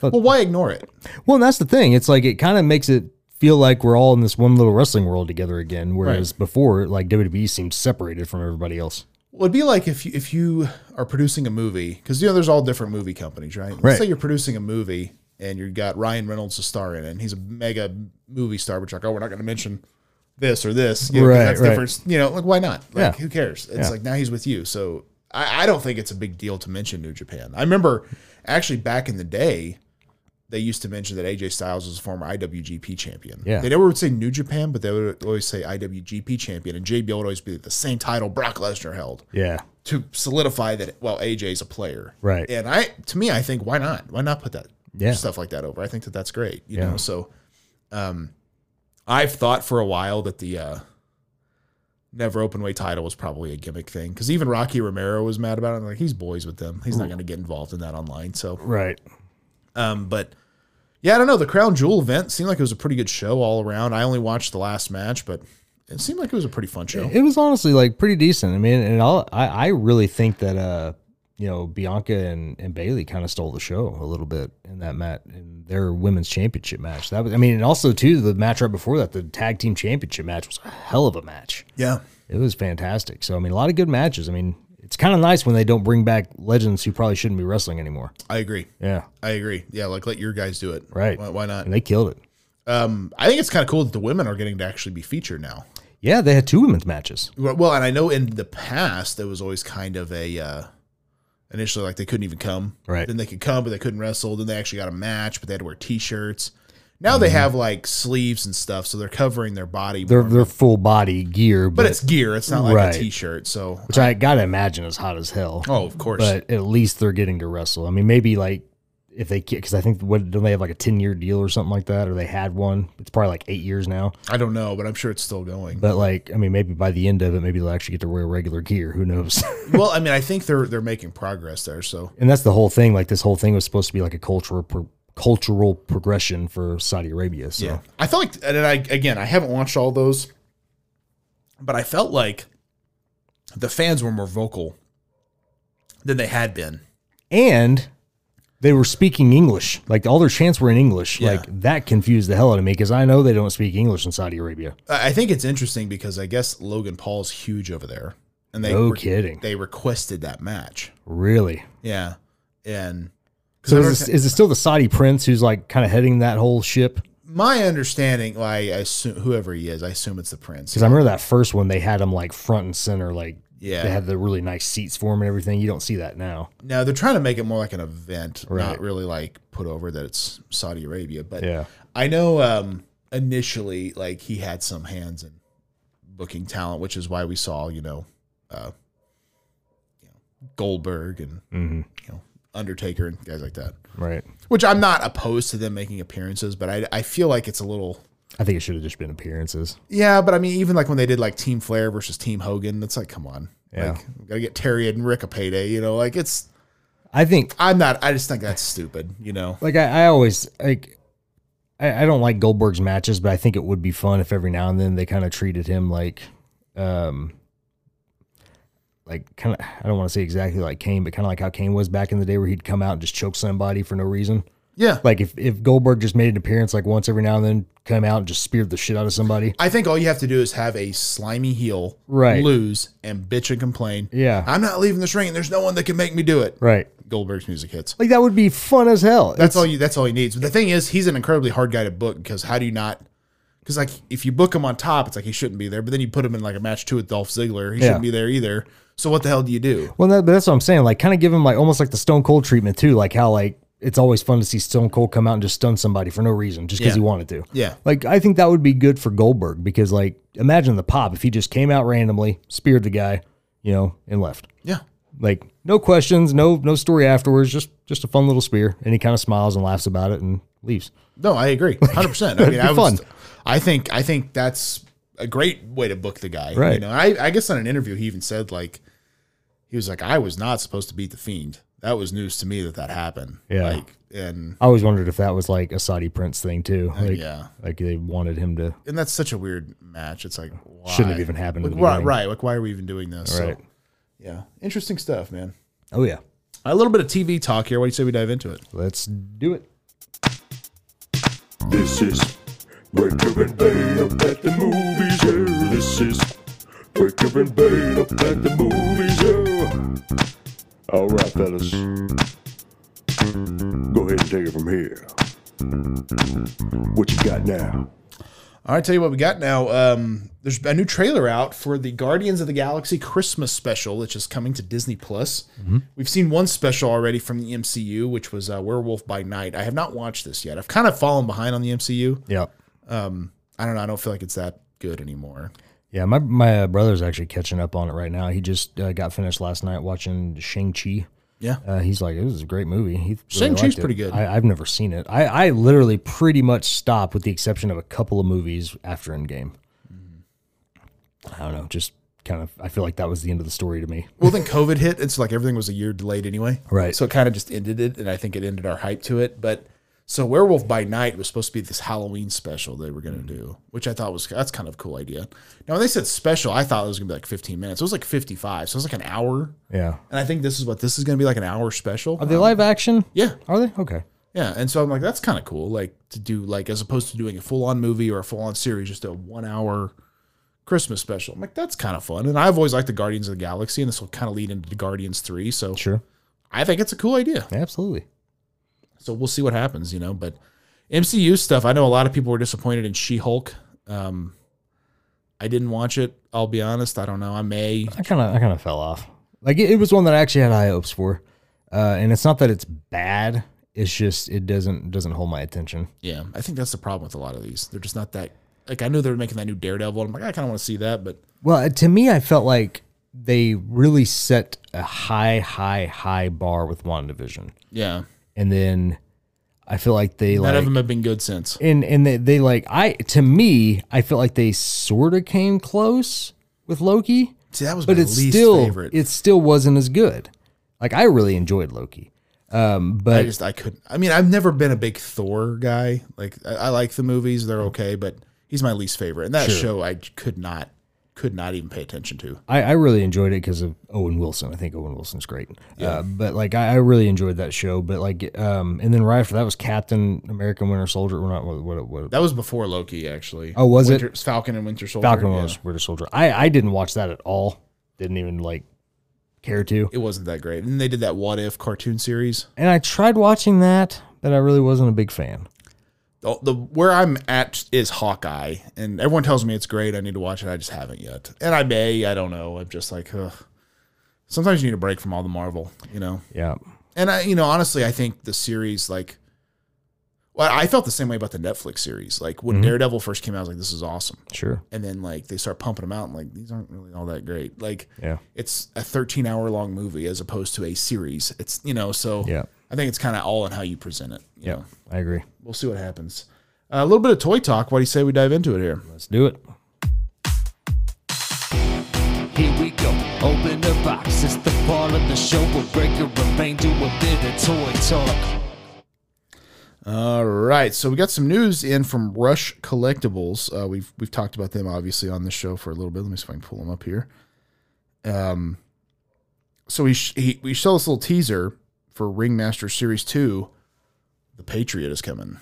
F: Well, why ignore it?
C: Well, and that's the thing. It's like it kind of makes it feel like we're all in this one little wrestling world together again. Whereas before, like WWE seemed separated from everybody else.
F: Well, it'd be like if you, if you are producing a movie because you know there's all different movie companies, right? Let's
C: Right.
F: say you're producing a movie and you've got Ryan Reynolds to star in it, and he's a mega movie star, but you're like, oh, we're not going to mention this or this, you know, 'cause
C: Right,
F: That's
C: right.
F: different. You know, like why not? Like
C: Yeah.
F: who cares? It's like now he's with you, so I, I don't think it's a big deal to mention New Japan. I remember actually back in the day. They used to mention that AJ Styles was a former IWGP champion.
C: Yeah.
F: They never would say New Japan, but they would always say IWGP champion. And JBL would always be the same title Brock Lesnar held
C: Yeah.
F: to solidify that well AJ's a player.
C: Right.
F: And I to me I think why not? Why not put that
C: Yeah.
F: stuff like that over? I think that that's great, you
C: Yeah.
F: know. So um I've thought for a while that the uh never open weight title was probably a gimmick thing cuz even Rocky Romero was mad about it. I'm like he's boys with them. He's not going to get involved in that online. So
C: Right.
F: um, but yeah, I don't know. The Crown Jewel event seemed like it was a pretty good show all around. I only watched the last match, but it seemed like it was a pretty fun show.
C: It was honestly like pretty decent. I mean, and I'll, I I really think that uh you know Bianca and, and Bailey kind of stole the show a little bit in that match in their women's championship match. That was I mean, and also too the match right before that, the tag team championship match was a hell of a match.
F: yeah.
C: It was fantastic. So I mean, a lot of good matches. I mean, it's kind of nice when they don't bring back legends who probably shouldn't be wrestling anymore.
F: I agree.
C: Yeah,
F: I agree. Yeah, like let your guys do it.
C: Right.
F: Why, why not?
C: and they killed it.
F: Um, I think it's kind of cool that the women are getting to actually be featured now.
C: Yeah, they had two women's matches.
F: Well, and I know in the past there was always kind of a uh, initially like they couldn't even come.
C: Right.
F: Then they could come, but they couldn't wrestle. Then they actually got a match, but they had to wear T-shirts. Now they have like sleeves and stuff, so they're covering their body.
C: Mm-hmm. They're
F: more.
C: they're full body gear, but,
F: but it's gear. It's not like
C: Right.
F: a T-shirt. So
C: which I gotta imagine is hot as hell.
F: oh, of course.
C: but at least they're getting to wrestle. I mean, maybe like if they because I think what don't they have like a ten year deal or something like that, or they had one. It's probably like eight years now.
F: I don't know, but I'm sure it's still going.
C: But like, I mean, maybe by the end of it, maybe they'll actually get to wear regular gear. Who knows? [LAUGHS]
F: well, I mean, I think they're they're making progress there. So
C: and that's the whole thing. Like this whole thing was supposed to be like a cultural pro- cultural progression for Saudi Arabia. So
F: Yeah. I felt like, and I, again, I haven't watched all those, but I felt like the fans were more vocal than they had been.
C: and. They were speaking English, like all their chants were in English. Like that confused the hell out of me because I know they don't speak English in Saudi Arabia.
F: I I think it's interesting because I guess Logan Paul's huge over there, and they
C: No
F: were-
C: kidding.
F: they requested that match.
C: Really,
F: Yeah, and
C: So
F: I
C: is, this, is it still the Saudi prince who's like kind of heading that whole ship?
F: my understanding, well, I assume whoever he is, I assume it's the prince.
C: Because I remember that first one they had him like front and center, like
F: Yeah.
C: they had the really nice seats for him and everything. You don't see that now,
F: No, they're trying to make it more like an event,
C: Right.
F: not really like put over that it's Saudi Arabia. But
C: Yeah.
F: I know um, initially, like he had some hands in booking talent, which is why we saw you know, uh, you know Goldberg and
C: Mm-hmm.
F: you know Undertaker and guys like that.
C: right?
F: Which I'm not opposed to them making appearances, but I I feel like it's a little
C: I think it should have just been appearances.
F: yeah. But I mean, even like when they did like Team Flair versus Team Hogan, it's like come on,
C: Yeah.
F: like we gotta get Terry and Rick a payday, you know, like it's.
C: I think
F: I'm not. I just think that's stupid. You know.
C: like I, I always like I, I don't like Goldberg's matches, but I think it would be fun if every now and then they kind of treated him like um like kind of I don't want to say exactly like Kane, but kind of like how Kane was back in the day where he'd come out and just choke somebody for no reason.
F: Yeah.
C: Like if, if Goldberg just made an appearance like once every now and then, come out and just speared the shit out of somebody.
F: I think all you have to do is have a slimy heel
C: Right.
F: lose and bitch and complain.
C: Yeah.
F: I'm not leaving this ring and there's no one that can make me do it.
C: Right.
F: Goldberg's music hits.
C: Like that would be fun as hell.
F: That's all you that's all he needs. But the thing is he's an incredibly hard guy to book because how do you not because like if you book him on top, it's like he shouldn't be there, but then you put him in like a match two with Dolph Ziggler, he
C: Yeah.
F: shouldn't be there either. So what the hell do you do?
C: Well, that, but that's what I'm saying. Like kind of give him like almost like the Stone Cold treatment too. Like how like it's always fun to see Stone Cold come out and just stun somebody for no reason, just because
F: Yeah.
C: he wanted to.
F: Yeah.
C: Like I think that would be good for Goldberg because like imagine the pop if he just came out randomly, speared the guy, you know, and left.
F: Yeah.
C: Like no questions, no no story afterwards, just just a fun little spear, and he kind of smiles and laughs about it and leaves.
F: No, I
C: [LAUGHS]
F: agree. 100%. I mean,
C: be
F: I was
C: fun.
F: I think I think that's a great way to book the guy. You
C: Right.
F: know, I, I guess on an interview he even said like he was like I was not supposed to beat the fiend. That was news to me that that happened.
C: Yeah.
F: Like and
C: I always wondered if that was like a Saudi prince thing too. Like,
F: Uh, yeah.
C: like they wanted him to
F: and that's such a weird match. It's like why?
C: shouldn't have even happened. in
F: Like,
C: the
F: why,
C: beginning.
F: right. Like why are we even doing this?
C: Right.
F: So, yeah. Interesting stuff, man.
C: Oh yeah,
F: A little bit of TV talk here. What do you say we dive into it?
C: let's do it.
B: This is
G: Wake up and bait up at the movies, yeah, this is. Wake up and bait up at the movies, yeah. All right, fellas. Go ahead and take it from here. What you got now?
F: All right, tell you what we got now. Um, there's a new trailer out for the Guardians of the Galaxy Christmas special, which is coming to Disney Plus. We've seen one special already from the MCU, which was uh, Werewolf by Night. I have not watched this yet. I've kind of fallen behind on the MCU.
C: Yeah.
F: I don't know. I don't feel like it's that good anymore.
C: Yeah, my my uh, brother's actually catching up on it right now. He just uh, got finished last night watching Shang Chi.
F: Yeah.
C: uh, he's like, it was a great movie. He really
F: Shang-Chi's
C: liked it.
F: pretty good.
C: I, I've never seen it. I, I literally pretty much stopped, with the exception of a couple of movies after Endgame. I don't know, just kind of. I feel like that was the end of the story to me.
F: Well, then COVID hit. It's like everything was a year delayed anyway.
C: Right.
F: So it kind of just ended it, and I think it ended our hype to it. But so Werewolf by Night was supposed to be this Halloween special they were going to do, which I thought was that's kind of a cool idea. Now when they said special, I thought it was going to be like 15 minutes. It was like 55, so it was like an hour.
C: Yeah.
F: And I think this is what this is going to be like an hour special.
C: Are they live action?
F: yeah,
C: Are they? Okay.
F: yeah. And so I'm like, that's kind of cool. Like to do like as opposed to doing a full on movie or a full on series, just a one hour Christmas special. I'm like, that's kind of fun. And I've always liked the Guardians of the Galaxy, and this will kind of lead into the Guardians Three. So
C: Sure.
F: I think it's a cool idea.
C: Absolutely.
F: So we'll see what happens, you know. But MCU stuff, I know a lot of people were disappointed in She Hulk. Um, I didn't watch it. I'll be honest. I don't know. I may.
C: I kind of I kind of fell off. Like it, it was one that I actually had high hopes for, uh, and it's not that it's bad. It's just it doesn't doesn't hold my attention.
F: Yeah, I think that's the problem with a lot of these. They're just not that. Like I knew they were making that new Daredevil. I'm like, I kind of want to see that, but
C: Well, uh, to me, I felt like they really set a high, high, high bar with WandaVision,
F: yeah,
C: and then I feel like they
F: none
C: like
F: of them have been good since.
C: and and they, they like I to me, I felt like they sort of came close with Loki,
F: See, that was
C: but
F: my
C: it's
F: least
C: still
F: favorite.
C: it still wasn't as good. Like I really enjoyed Loki, um,
F: I
C: but
F: just I couldn't. I mean, I've never been a big Thor guy. Like I, I like the movies; they're okay, but he's my least favorite. And that show I could not could not even pay attention to.
C: I, I really enjoyed it because of Owen Wilson. I think Owen Wilson's great. Uh, but like, I, I really enjoyed that show. But like, um, and then right after that was Captain American Winter Soldier. Or not what what, what
F: That was before Loki, actually.
C: Oh, was it?
F: Winter, Falcon and Winter Soldier?
C: Falcon
F: yeah.
C: Winter, Winter Soldier. I I didn't watch that at all. Didn't even like care to.
F: It wasn't that great. And they did that What If cartoon series.
C: And I tried watching that, but I really wasn't a big fan.
F: The, the where I'm at is Hawkeye, and everyone tells me it's great. I need to watch it. I just haven't yet, and I may. I don't know. I'm just like, ugh. sometimes you need a break from all the Marvel, you know.
C: Yeah.
F: And I, you know, honestly, I think the series, like, well, I felt the same way about the Netflix series. Like
C: Mhm.
F: when Daredevil first came out, I was like, this is awesome.
C: Sure.
F: And then like they start pumping them out, and like these aren't really all that great. Like,
C: Yeah.
F: it's a 13 hour long movie as opposed to a series. It's you know, so
C: Yeah.
F: I think it's kind of all in how you present it. You know?
C: I agree.
F: we'll see what happens. Uh, a little bit of toy talk. What do you say we dive into it here?
C: Let's do it.
H: Here we go, open the box. It's the part of the show where Breaker and Bane do a bit of toy talk.
F: All right, so we got some news in from Rush Collectibles. Uh, we've we've talked about them obviously on the show for a little bit. Let me see if I can pull them up here. Um, so he sh- he we show this little teaser for Ringmaster Series Two. The Patriot is coming.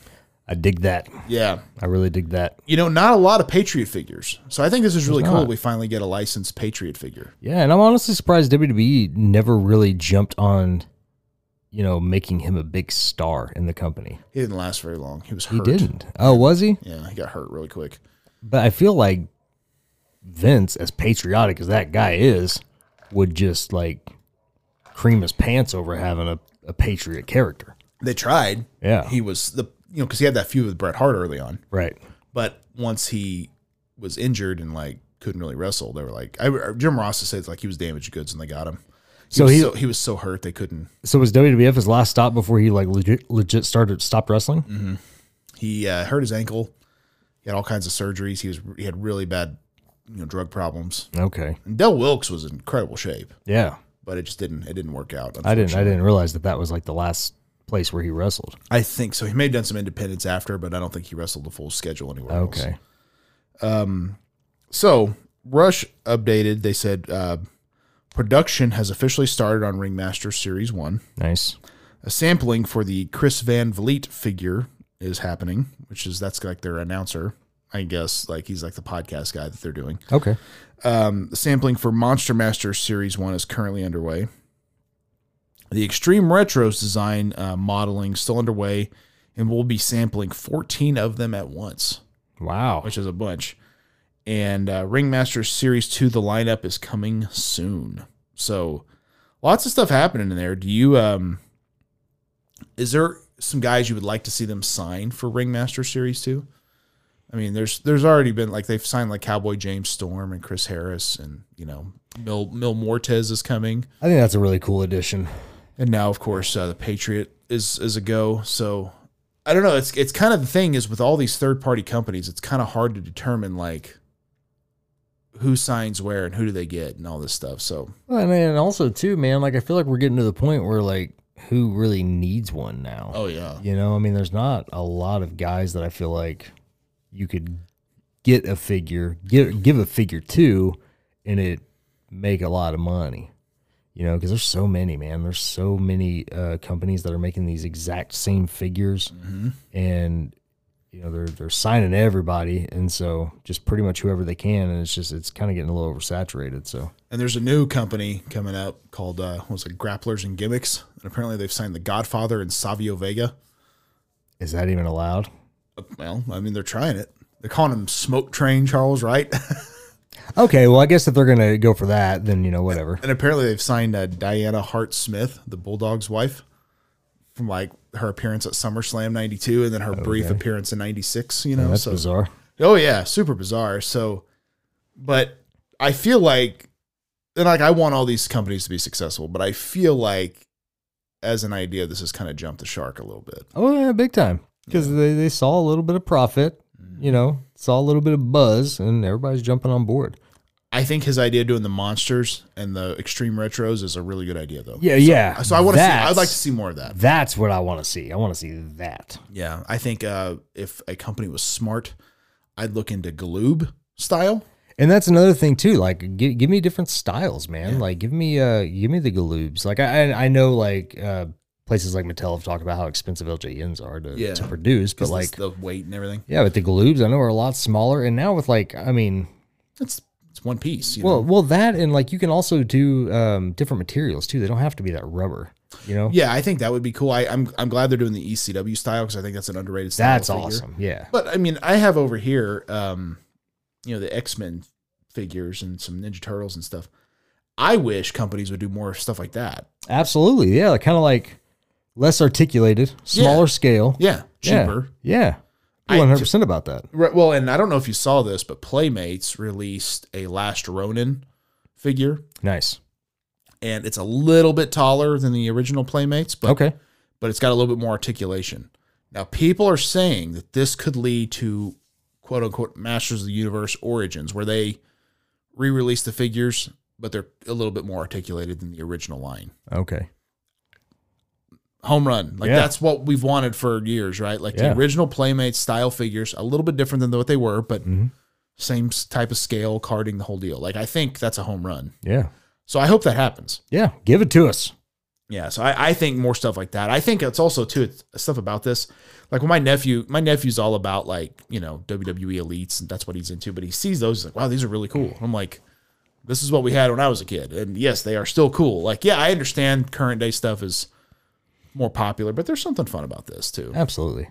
C: I dig that.
F: Yeah,
C: I really dig that.
F: you know, not a lot of Patriot figures. So I think this is really cool.
C: not.
F: that We finally get a licensed Patriot figure.
C: Yeah, and I'm honestly surprised WWE never really jumped on, you know, making him a big star in the company.
F: He didn't last very long. He was
C: He
F: hurt.
C: didn't. Oh, was he?
F: Yeah, he got hurt really quick.
C: But I feel like Vince, as patriotic as that guy is, would just like cream his pants over having a, a patriot character.
F: They tried.
C: Yeah.
F: He was the you know because he had that feud with Bret Hart early on,
C: Right.
F: but once he was injured and like couldn't really wrestle, they were like I, Jim Ross said it's like he was damaged goods and they got him. He
C: So
F: was
C: he-
F: so, he was so hurt they couldn't.
C: So was WWF his last stop before he like legit, legit started stopped wrestling?
F: He uh, hurt his ankle. He had all kinds of surgeries. He was he had really bad you know drug problems.
C: Okay.
F: And Del Wilkes was in incredible shape,
C: Yeah.
F: but it just didn't it didn't work out.
C: I didn't I didn't realize that that was like the last place where he wrestled.
F: I think so. He may have done some independence after, but I don't think he wrestled the full schedule anywhere else.
C: Okay.
F: So Rush updated. They said uh, production has officially started on Ringmaster Series One.
C: Nice.
F: A sampling for the Chris Van Vliet figure is happening, which is that's like their announcer, I guess. Like he's like the podcast guy that they're doing.
C: Okay.
F: Um, sampling for Monster Master Series 1 is currently underway. The Extreme Retro's design uh, modeling still underway, and we'll be sampling 14 of them at once,
C: Wow.
F: which is a bunch. And uh, Ringmaster Series 2, the lineup is coming soon. So lots of stuff happening in there. Do you, um, is there some guys you would like to see them sign for Ringmaster Series 2? I mean, there's there's already been like they've signed like Cowboy James Storm and Chris Harris and you know Mil Mil Mortez is coming
C: I think that's a really cool addition.
F: and now of course uh, the Patriot is is a go. So I don't know. It's it's kind of the thing is with all these third party companies, it's kind of hard to determine like who signs where and who do they get and all this stuff. So
C: Well, and then also too, man, like I feel like we're getting to the point where like who really needs one now?
F: yeah,
C: You know, I mean, there's not a lot of guys that I feel like you could get a figure, get give a figure to, and it make a lot of money. You know, because there's so many, man. There's so many uh, companies that are making these exact same figures, and you know they're they're signing everybody, and so just pretty much whoever they can, and it's just it's kind of getting a little oversaturated. So
F: and there's a new company coming up called uh, what was it Grapplers and Gimmicks, and apparently they've signed The Godfather and Savio Vega. Uh,
C: is that even allowed?
F: Well, I mean they're trying it. They're calling him Smoke Train Charles, right? [LAUGHS]
C: Okay, well I guess if they're gonna go for that, then you know
F: [LAUGHS]
C: whatever.
F: And apparently they've signed uh, Diana Hart Smith, the Bulldog's wife, from like her appearance at SummerSlam '92 and then her brief appearance in '96. You know,
C: Oh, That's
F: so
C: bizarre.
F: oh yeah, super bizarre. So, but I feel like, and like I want all these companies to be successful, but I feel like as an idea, this has kind of jumped the shark a little bit.
C: Oh yeah, big time. Because they, they saw a little bit of profit,
F: Mm-hmm.
C: you know, saw a little bit of buzz, and everybody's jumping on board.
F: I think his idea doing the monsters and the extreme retros is a really good idea, though.
C: Yeah, yeah.
F: So I want to see. I'd
C: That's-
F: like to see more of that.
C: That's what I want to see. I want to see that.
F: Yeah, I think uh, if a company was smart, I'd look into Galoob style.
C: And that's another thing too. Like, give, give me different styles, man. Like, give me uh, give me the galoobs. Like, I I I know like uh, places like Mattel have talked about how expensive LJNs are to,
F: Yeah.
C: to produce, but
F: 'cause
C: like,
F: that's the weight and everything,
C: yeah, but the galoobs I know are a lot smaller. And now with like, I mean,
F: it's it's one piece. You
C: well,
F: know?
C: well, that and like you can also do um, different materials too. They don't have to be that rubber, you know.
F: yeah, I think that would be cool. I, I'm I'm glad they're doing the ECW style because I think that's an underrated style.
C: That's
F: figure.
C: awesome. Yeah.
F: But I mean, I have over here, um, you know, the X Men figures and some Ninja Turtles and stuff. I wish companies would do more stuff like that.
C: Absolutely. Yeah. Kind of like less articulated, smaller
F: Yeah.
C: scale.
F: Yeah,
C: Yeah.
F: cheaper.
C: Yeah.
F: I-
C: 100% about that.
F: Right, well, and I don't know if you saw this, but Playmates released a Last Ronin figure.
C: Nice.
F: and it's a little bit taller than the original Playmates, but
C: Okay.
F: but it's got a little bit more articulation. Now, people are saying that this could lead to quote unquote Masters of the Universe Origins, where they re-release the figures, but they're a little bit more articulated than the original line.
C: Okay.
F: Home run, like
C: Yeah.
F: that's what we've wanted for years, right? Like
C: Yeah.
F: the original Playmates style figures, a little bit different than what they were, but
C: Mm-hmm.
F: same s- type of scale, carding the whole deal. Like I think that's a home run.
C: Yeah.
F: So I hope that happens.
C: Yeah. Give it to us.
F: Yeah, so I, I think more stuff like that. I think it's also too it's stuff about this. Like when my nephew, my nephew's all about like you know WWE elites, and that's what he's into. But he sees those, he's like, wow, these are really cool. I'm like, this is what we had when I was a kid, and yes, they are still cool. Like, yeah, I understand current day stuff is more popular, but there's something fun about this too.
C: Absolutely.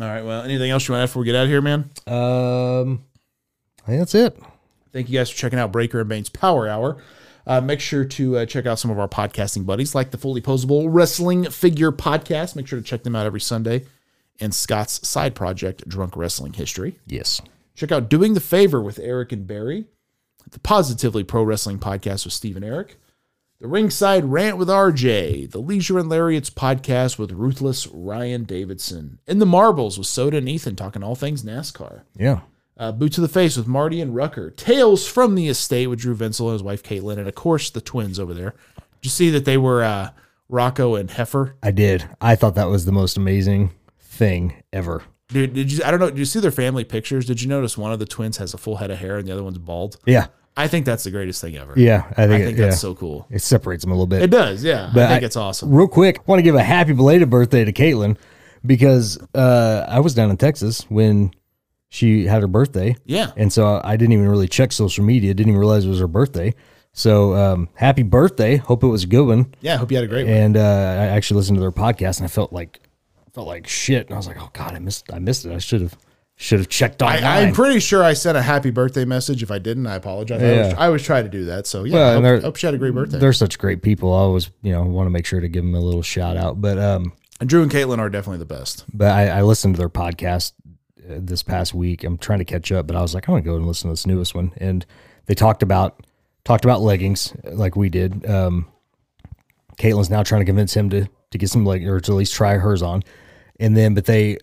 F: All right, well, anything else you want to add before we get out of here, man?
C: Um, I think that's it.
F: Thank you guys for checking out Breaker and Bane's Power Hour. Uh, make sure to uh, check out some of our podcasting buddies, like the Fully Posable Wrestling Figure Podcast. Make sure to check them out every Sunday. And Scott's side project, Drunk Wrestling History.
C: Yes.
F: Check out Doing the Favor with Eric and Barry, the Positively Pro Wrestling Podcast with Steve and Eric, the Ringside Rant with RJ, the Leisure and Lariats Podcast with Ruthless Ryan Davidson, and the Marbles with Soda and Ethan talking all things NASCAR.
C: Yeah.
F: Uh, Boot to the Face with Marty and Rucker. Tales from the Estate with Drew Vinsel and his wife Caitlin, and of course the twins over there. Did you see that they were uh, Rocco and Heifer?
C: I did. I thought that was the most amazing thing ever.
F: Dude, did you? I don't know. Did you see their family pictures? Did you notice one of the twins has a full head of hair and the other one's bald?
C: Yeah.
F: I think that's the greatest thing ever.
C: Yeah. I
F: I
C: think,
F: think
C: it, yeah.
F: that's so cool.
C: it separates them a little bit.
F: It does, yeah. I think it's awesome.
C: Real quick, want to give a happy belated birthday to Caitlin. because uh, I was down in Texas when she had her birthday.
F: Yeah.
C: And so I didn't even really check social media. Didn't even realize it was her birthday. So um, happy birthday! Hope it was a good one.
F: Yeah. I hope you had a great one.
C: And uh, I actually listened to their podcast, and I felt like felt like shit. And I was like, oh god, I missed I missed it. I should have should have checked online.
F: I, I'm pretty sure I sent a happy birthday message. If I didn't, I apologize. I, always,
C: Yeah.
F: I always try to do that. So yeah,
C: Well,
F: I
C: and
F: hope,
C: they're-
F: hope she had a great birthday.
C: They're such great people. I always you know want to make sure to give them a little shout out. But um,
F: And Drew and Caitlin are definitely the best.
C: but I, I listened to their podcast uh, this past week. I'm trying to catch up, but I was like, I'm gonna go and listen to this newest one. And they talked about talked about leggings uh, like we did. Um, Caitlin's now trying to convince him to to get some leg or to at least try hers on. And then, but they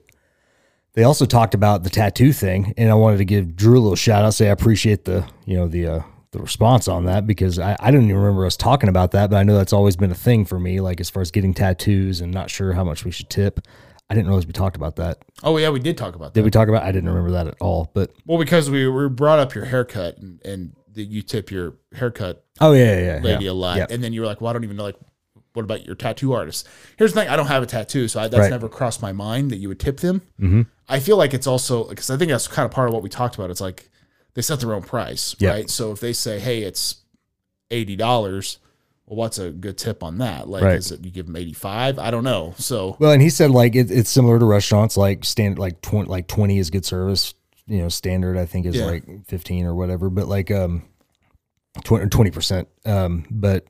C: they also talked about the tattoo thing, and I wanted to give Drew a little shout out. Say I appreciate the you know the uh, the response on that because I, I didn't even remember us talking about that, but I know that's always been a thing for me, like as far as getting tattoos and not sure how much we should tip. I didn't realize we talked about that.
F: Oh yeah, we did talk about that.
C: Did we talk about? I didn't remember that at all. But
F: Well, because we, we brought up your haircut and, and that you tip your haircut
C: oh yeah, yeah, yeah
F: lady
C: yeah,
F: a lot,
C: yeah.
F: and then you were like, "Well, I don't even know like." What about your tattoo artist? Here's the thing: I don't have a tattoo, so I, that's
C: Right. Mm-hmm.
F: never crossed my mind that you would tip them. I feel like it's also because I think that's kind of part of what we talked about. It's like they set their own price,
C: Yeah.
F: right? So if they say, "Hey, it's eighty dollars," well, what's a good tip on that? Like,
C: Right.
F: is it you give them eighty five? I don't know. So
C: Well, and he said like it, it's similar to restaurants, like stand like twenty like twenty is good service. You know, standard I think is
F: Yeah.
C: like fifteen or whatever, but like um twenty percent. Um, but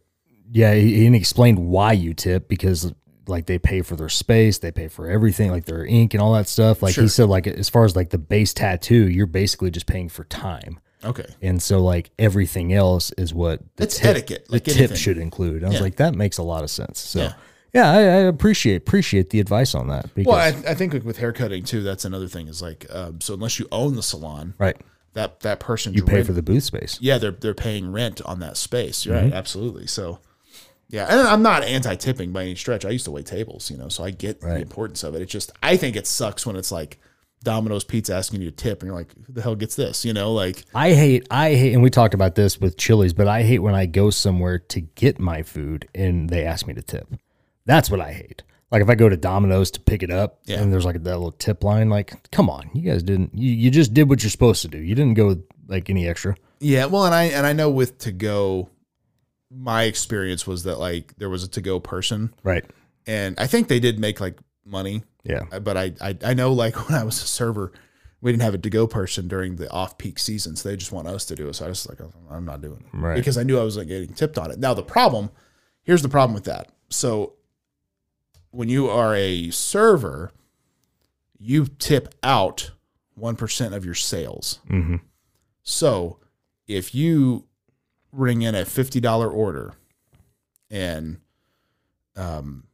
C: yeah, he, he explained why you tip because like they pay for their space, they pay for everything, like their ink and all that stuff. Like
F: Sure.
C: he said, like as far as like the base tattoo, you're basically just paying for time.
F: okay,
C: And so like everything else is what the
F: It's etiquette, like
C: the
F: anything.
C: tip should include. And I was
F: Yeah.
C: like, that makes a lot of sense. So
F: Yeah.
C: yeah, I, I appreciate appreciate the advice on that. Because,
F: well, I, I think like with haircutting too, that's another thing. Is like, um, so unless you own the salon,
C: right,
F: that that person
C: you pay for the booth space.
F: yeah, they're they're paying rent on that space. You're Right, absolutely. So, yeah, and I'm not anti tipping by any stretch. I used to wait tables, you know, so I get the
C: Right.
F: importance of it. It's just I think it sucks when it's like Domino's Pizza asking you to tip, and you're like, who the hell gets this? You know, like
C: I hate, I hate, and we talked about this with Chili's, but I hate when I go somewhere to get my food and they ask me to tip. That's what I hate. Like if I go to Domino's to pick it up
F: Yeah.
C: and there's like that little tip line, like, come on, you guys didn't, you, you just did what you're supposed to do. You didn't go like any extra.
F: Yeah, well, and I and I know with to go, my experience was that like there was a to go person,
C: Right.
F: and I think they did make like money
C: Yeah.
F: Uh, but I, I I know like [LAUGHS] when I was a server, we didn't have a to go person during the off peak season, so they just want us to do it. So I was like, "Oh, I'm not doing it
C: Right.
F: because I knew I was like getting tipped on it. Now the problem, here's the problem with that. So when you are a server, you tip out one percent of your sales.
C: Mm-hmm.
F: So if you ring in a fifty dollar order and um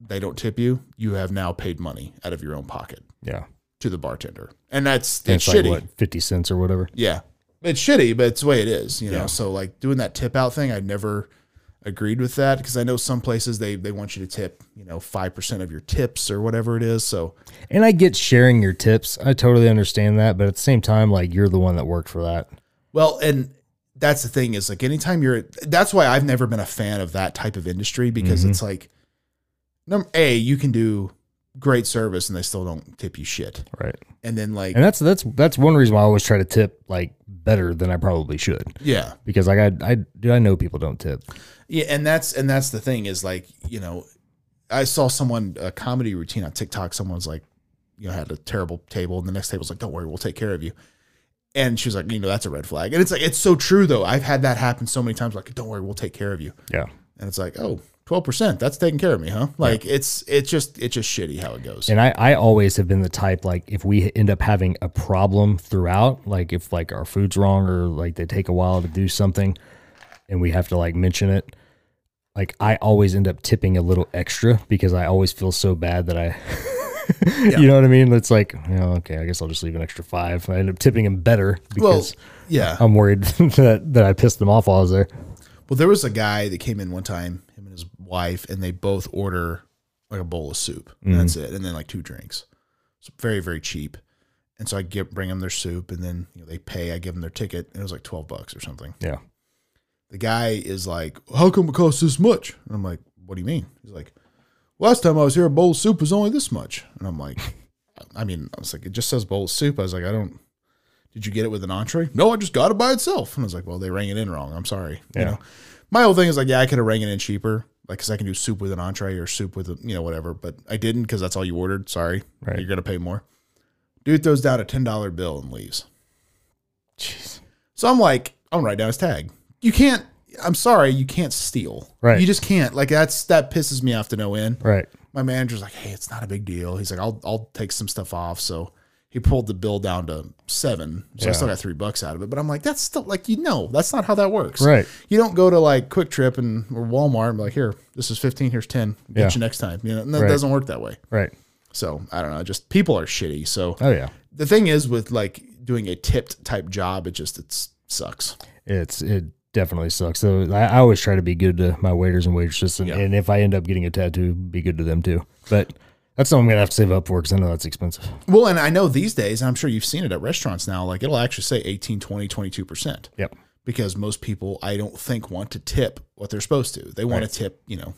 F: they don't tip you, you have now paid money out of your own pocket
C: Yeah.
F: to the bartender. And that's
C: And
F: it's, shitty.
C: what, 50 cents or whatever.
F: Yeah. It's shitty, but it's the way it is, you know.
C: Yeah.
F: So like doing that tip out thing, I never agreed with that because I know some places they they want you to tip, you know, 5% of your tips or whatever it is. So
C: And I get sharing your tips. I totally understand that. But at the same time, like you're the one that worked for that.
F: Well, and that's the thing is like anytime you're that's why I've never been a fan of that type of industry because it's like number A, you can do great service and they still don't tip you shit.
C: Right.
F: And then like
C: And that's, that's, that's one reason why I always try to tip like better than I probably should
F: yeah.
C: because like I, I, dude, I know people don't tip.
F: Yeah, and that's and that's the thing is like, you know, I saw someone a comedy routine on TikTok, someone's like, you know, had a terrible table and the next table's like, Don't worry, we'll take care of you. And she was like, you know, that's a red flag. And it's like it's so true though. I've had that happen so many times, like, don't worry, we'll take care of you.
C: Yeah.
F: and it's like oh 12% that's taking care of me huh like it's it's just it's just shitty how it goes
C: And I, I always have been the type like if we end up having a problem throughout, like if like our food's wrong or like they take a while to do something and we have to like mention it, like I always end up tipping a little extra because I always feel so bad that I [LAUGHS] You know what I mean? It's like, oh, okay, I guess I'll just leave an extra five. I end up tipping them better
F: well
C: because um,
F: yeah
C: I'm worried [LAUGHS] that, that I pissed them off while I was there.
F: well there was a guy that came in one time him and his wife and they both order like a bowl of soup and that's
C: Mm-hmm.
F: it and then like two drinks it's very very cheap and so i get bring them their soup and then you know, they pay i give them their ticket and it was like 12 bucks or something
C: Yeah.
F: the guy is like, "How come it costs this much?" And I'm like, "What do you mean?" He's like, last time I was here, a bowl of soup was only this much. And I'm like, [LAUGHS] I mean, I was like, it just says bowl of soup. I was like, I don't. Did you get it with an entree? No, I just got it by itself. And I was like, well, they rang it in wrong. I'm sorry. You
C: Yeah.
F: know, my whole thing is like, yeah, I could have rang it in cheaper, like, cause I can do soup with an entree or soup with, a, you know, whatever. But I didn't, cause that's all you ordered. Sorry,
C: Right.
F: you're gonna pay more. Dude throws down a ten dollar bill and leaves.
C: Jeez.
F: So I'm like, I'll write down his tag. You can't. I'm sorry, you can't steal.
C: Right.
F: You just can't. Like that's that pisses me off to no end.
C: Right.
F: My manager's like, hey, it's not a big deal. He's like, I'll I'll take some stuff off. So he pulled the bill down to seven. So I
C: Yeah.
F: still got three bucks out of it. But I'm like, that's still like you know, that's not how that works.
C: Right.
F: You don't go to like Quick Trip and or Walmart and be like, here, this is fifteen, here's ten. Get
C: Yeah.
F: you next time. You know, no, it
C: Right.
F: doesn't work that way.
C: Right.
F: So I don't know. Just people are shitty. So
C: Oh yeah.
F: the thing is with like doing a tipped type job, it just it sucks.
C: It's it definitely sucks. So I, I always try to be good to my waiters and waitresses, and,
F: Yeah.
C: and if I end up getting a tattoo, be good to them too. But that's something I'm gonna have to save up for because I know that's expensive.
F: Well, and I know these days, and I'm sure you've seen it at restaurants now, like it'll actually say 18, 20, 22%.
C: Yep.
F: Because most people, I don't think, want to tip what they're supposed to. They want to tip, you know,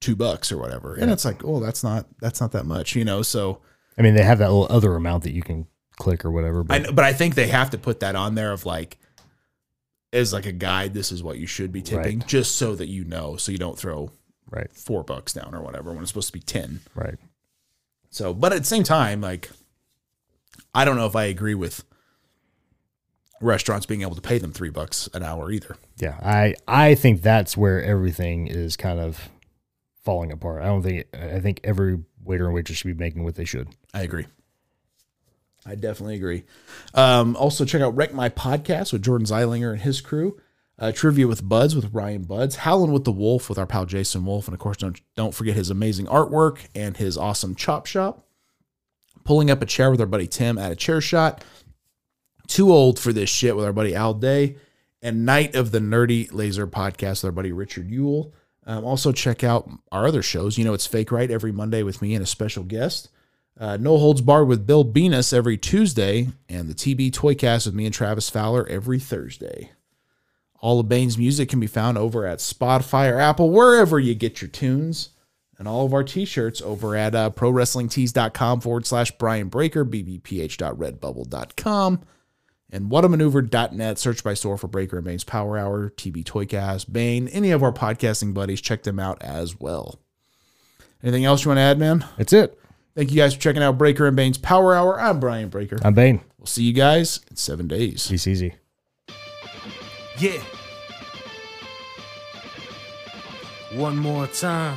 F: two bucks or whatever. And it's like, oh, that's not, that's not that much, you know? So
C: I mean, they have that little other amount that you can click or whatever.
F: I,
C: But
F: but I think they have to put that on there of like, as like a guide, this is what you should be tipping
C: Right.
F: just so that you know, so you don't throw
C: right,
F: four bucks down or whatever when it's supposed to be 10.
C: right,
F: So, but at the same time, like, I don't know if I agree with restaurants being able to pay them three bucks an hour either.
C: yeah. I I think that's where everything is kind of falling apart. I don't think I think every waiter and waitress should be making what they should.
F: I agree. I definitely agree. Um, also, check out Wreck My Podcast with Jordan Zeilinger and his crew. Uh, Trivia with Buds with Ryan Buds. Howlin' with the Wolf with our pal Jason Wolf. And of course, don't, don't forget his amazing artwork and his awesome chop shop. Pulling up a chair with our buddy Tim at a chair shot. Too old for this shit with our buddy Al Day. And Night of the Nerdy Laser Podcast with our buddy Richard Yule. Um, also, check out our other shows. You know, it's Fake Right every Monday with me and a special guest. Uh, no Holds Barred with Bill Venus every Tuesday, and the TB Toycast with me and Travis Fowler every Thursday. All of Bane's music can be found over at Spotify or Apple, wherever you get your tunes. And all of our t shirts over at uh, prowrestlingtees.com forward slash Brian Breaker, bbph.redbubble.com, and whatamaneuver.net. Search by store for Breaker and Bane's Power Hour, TB Toycast, Bane, any of our podcasting buddies. Check them out as well. Anything else you want to add, man?
C: That's it.
F: Thank you guys for checking out Breaker and Bane's Power Hour. I'm Brian Breaker.
C: I'm Bane.
F: We'll see you guys in seven days.
C: Peace easy.
H: Yeah.
E: One more time.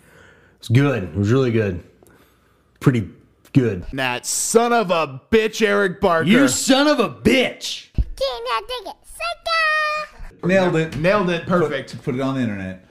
C: It's good. It was really good. Pretty good.
D: That son of a bitch, Eric Barker.
C: son of a bitch.
I: King, I dig it. Sucker!
J: Nailed it.
D: nailed it. Perfect.
J: Put it on the internet.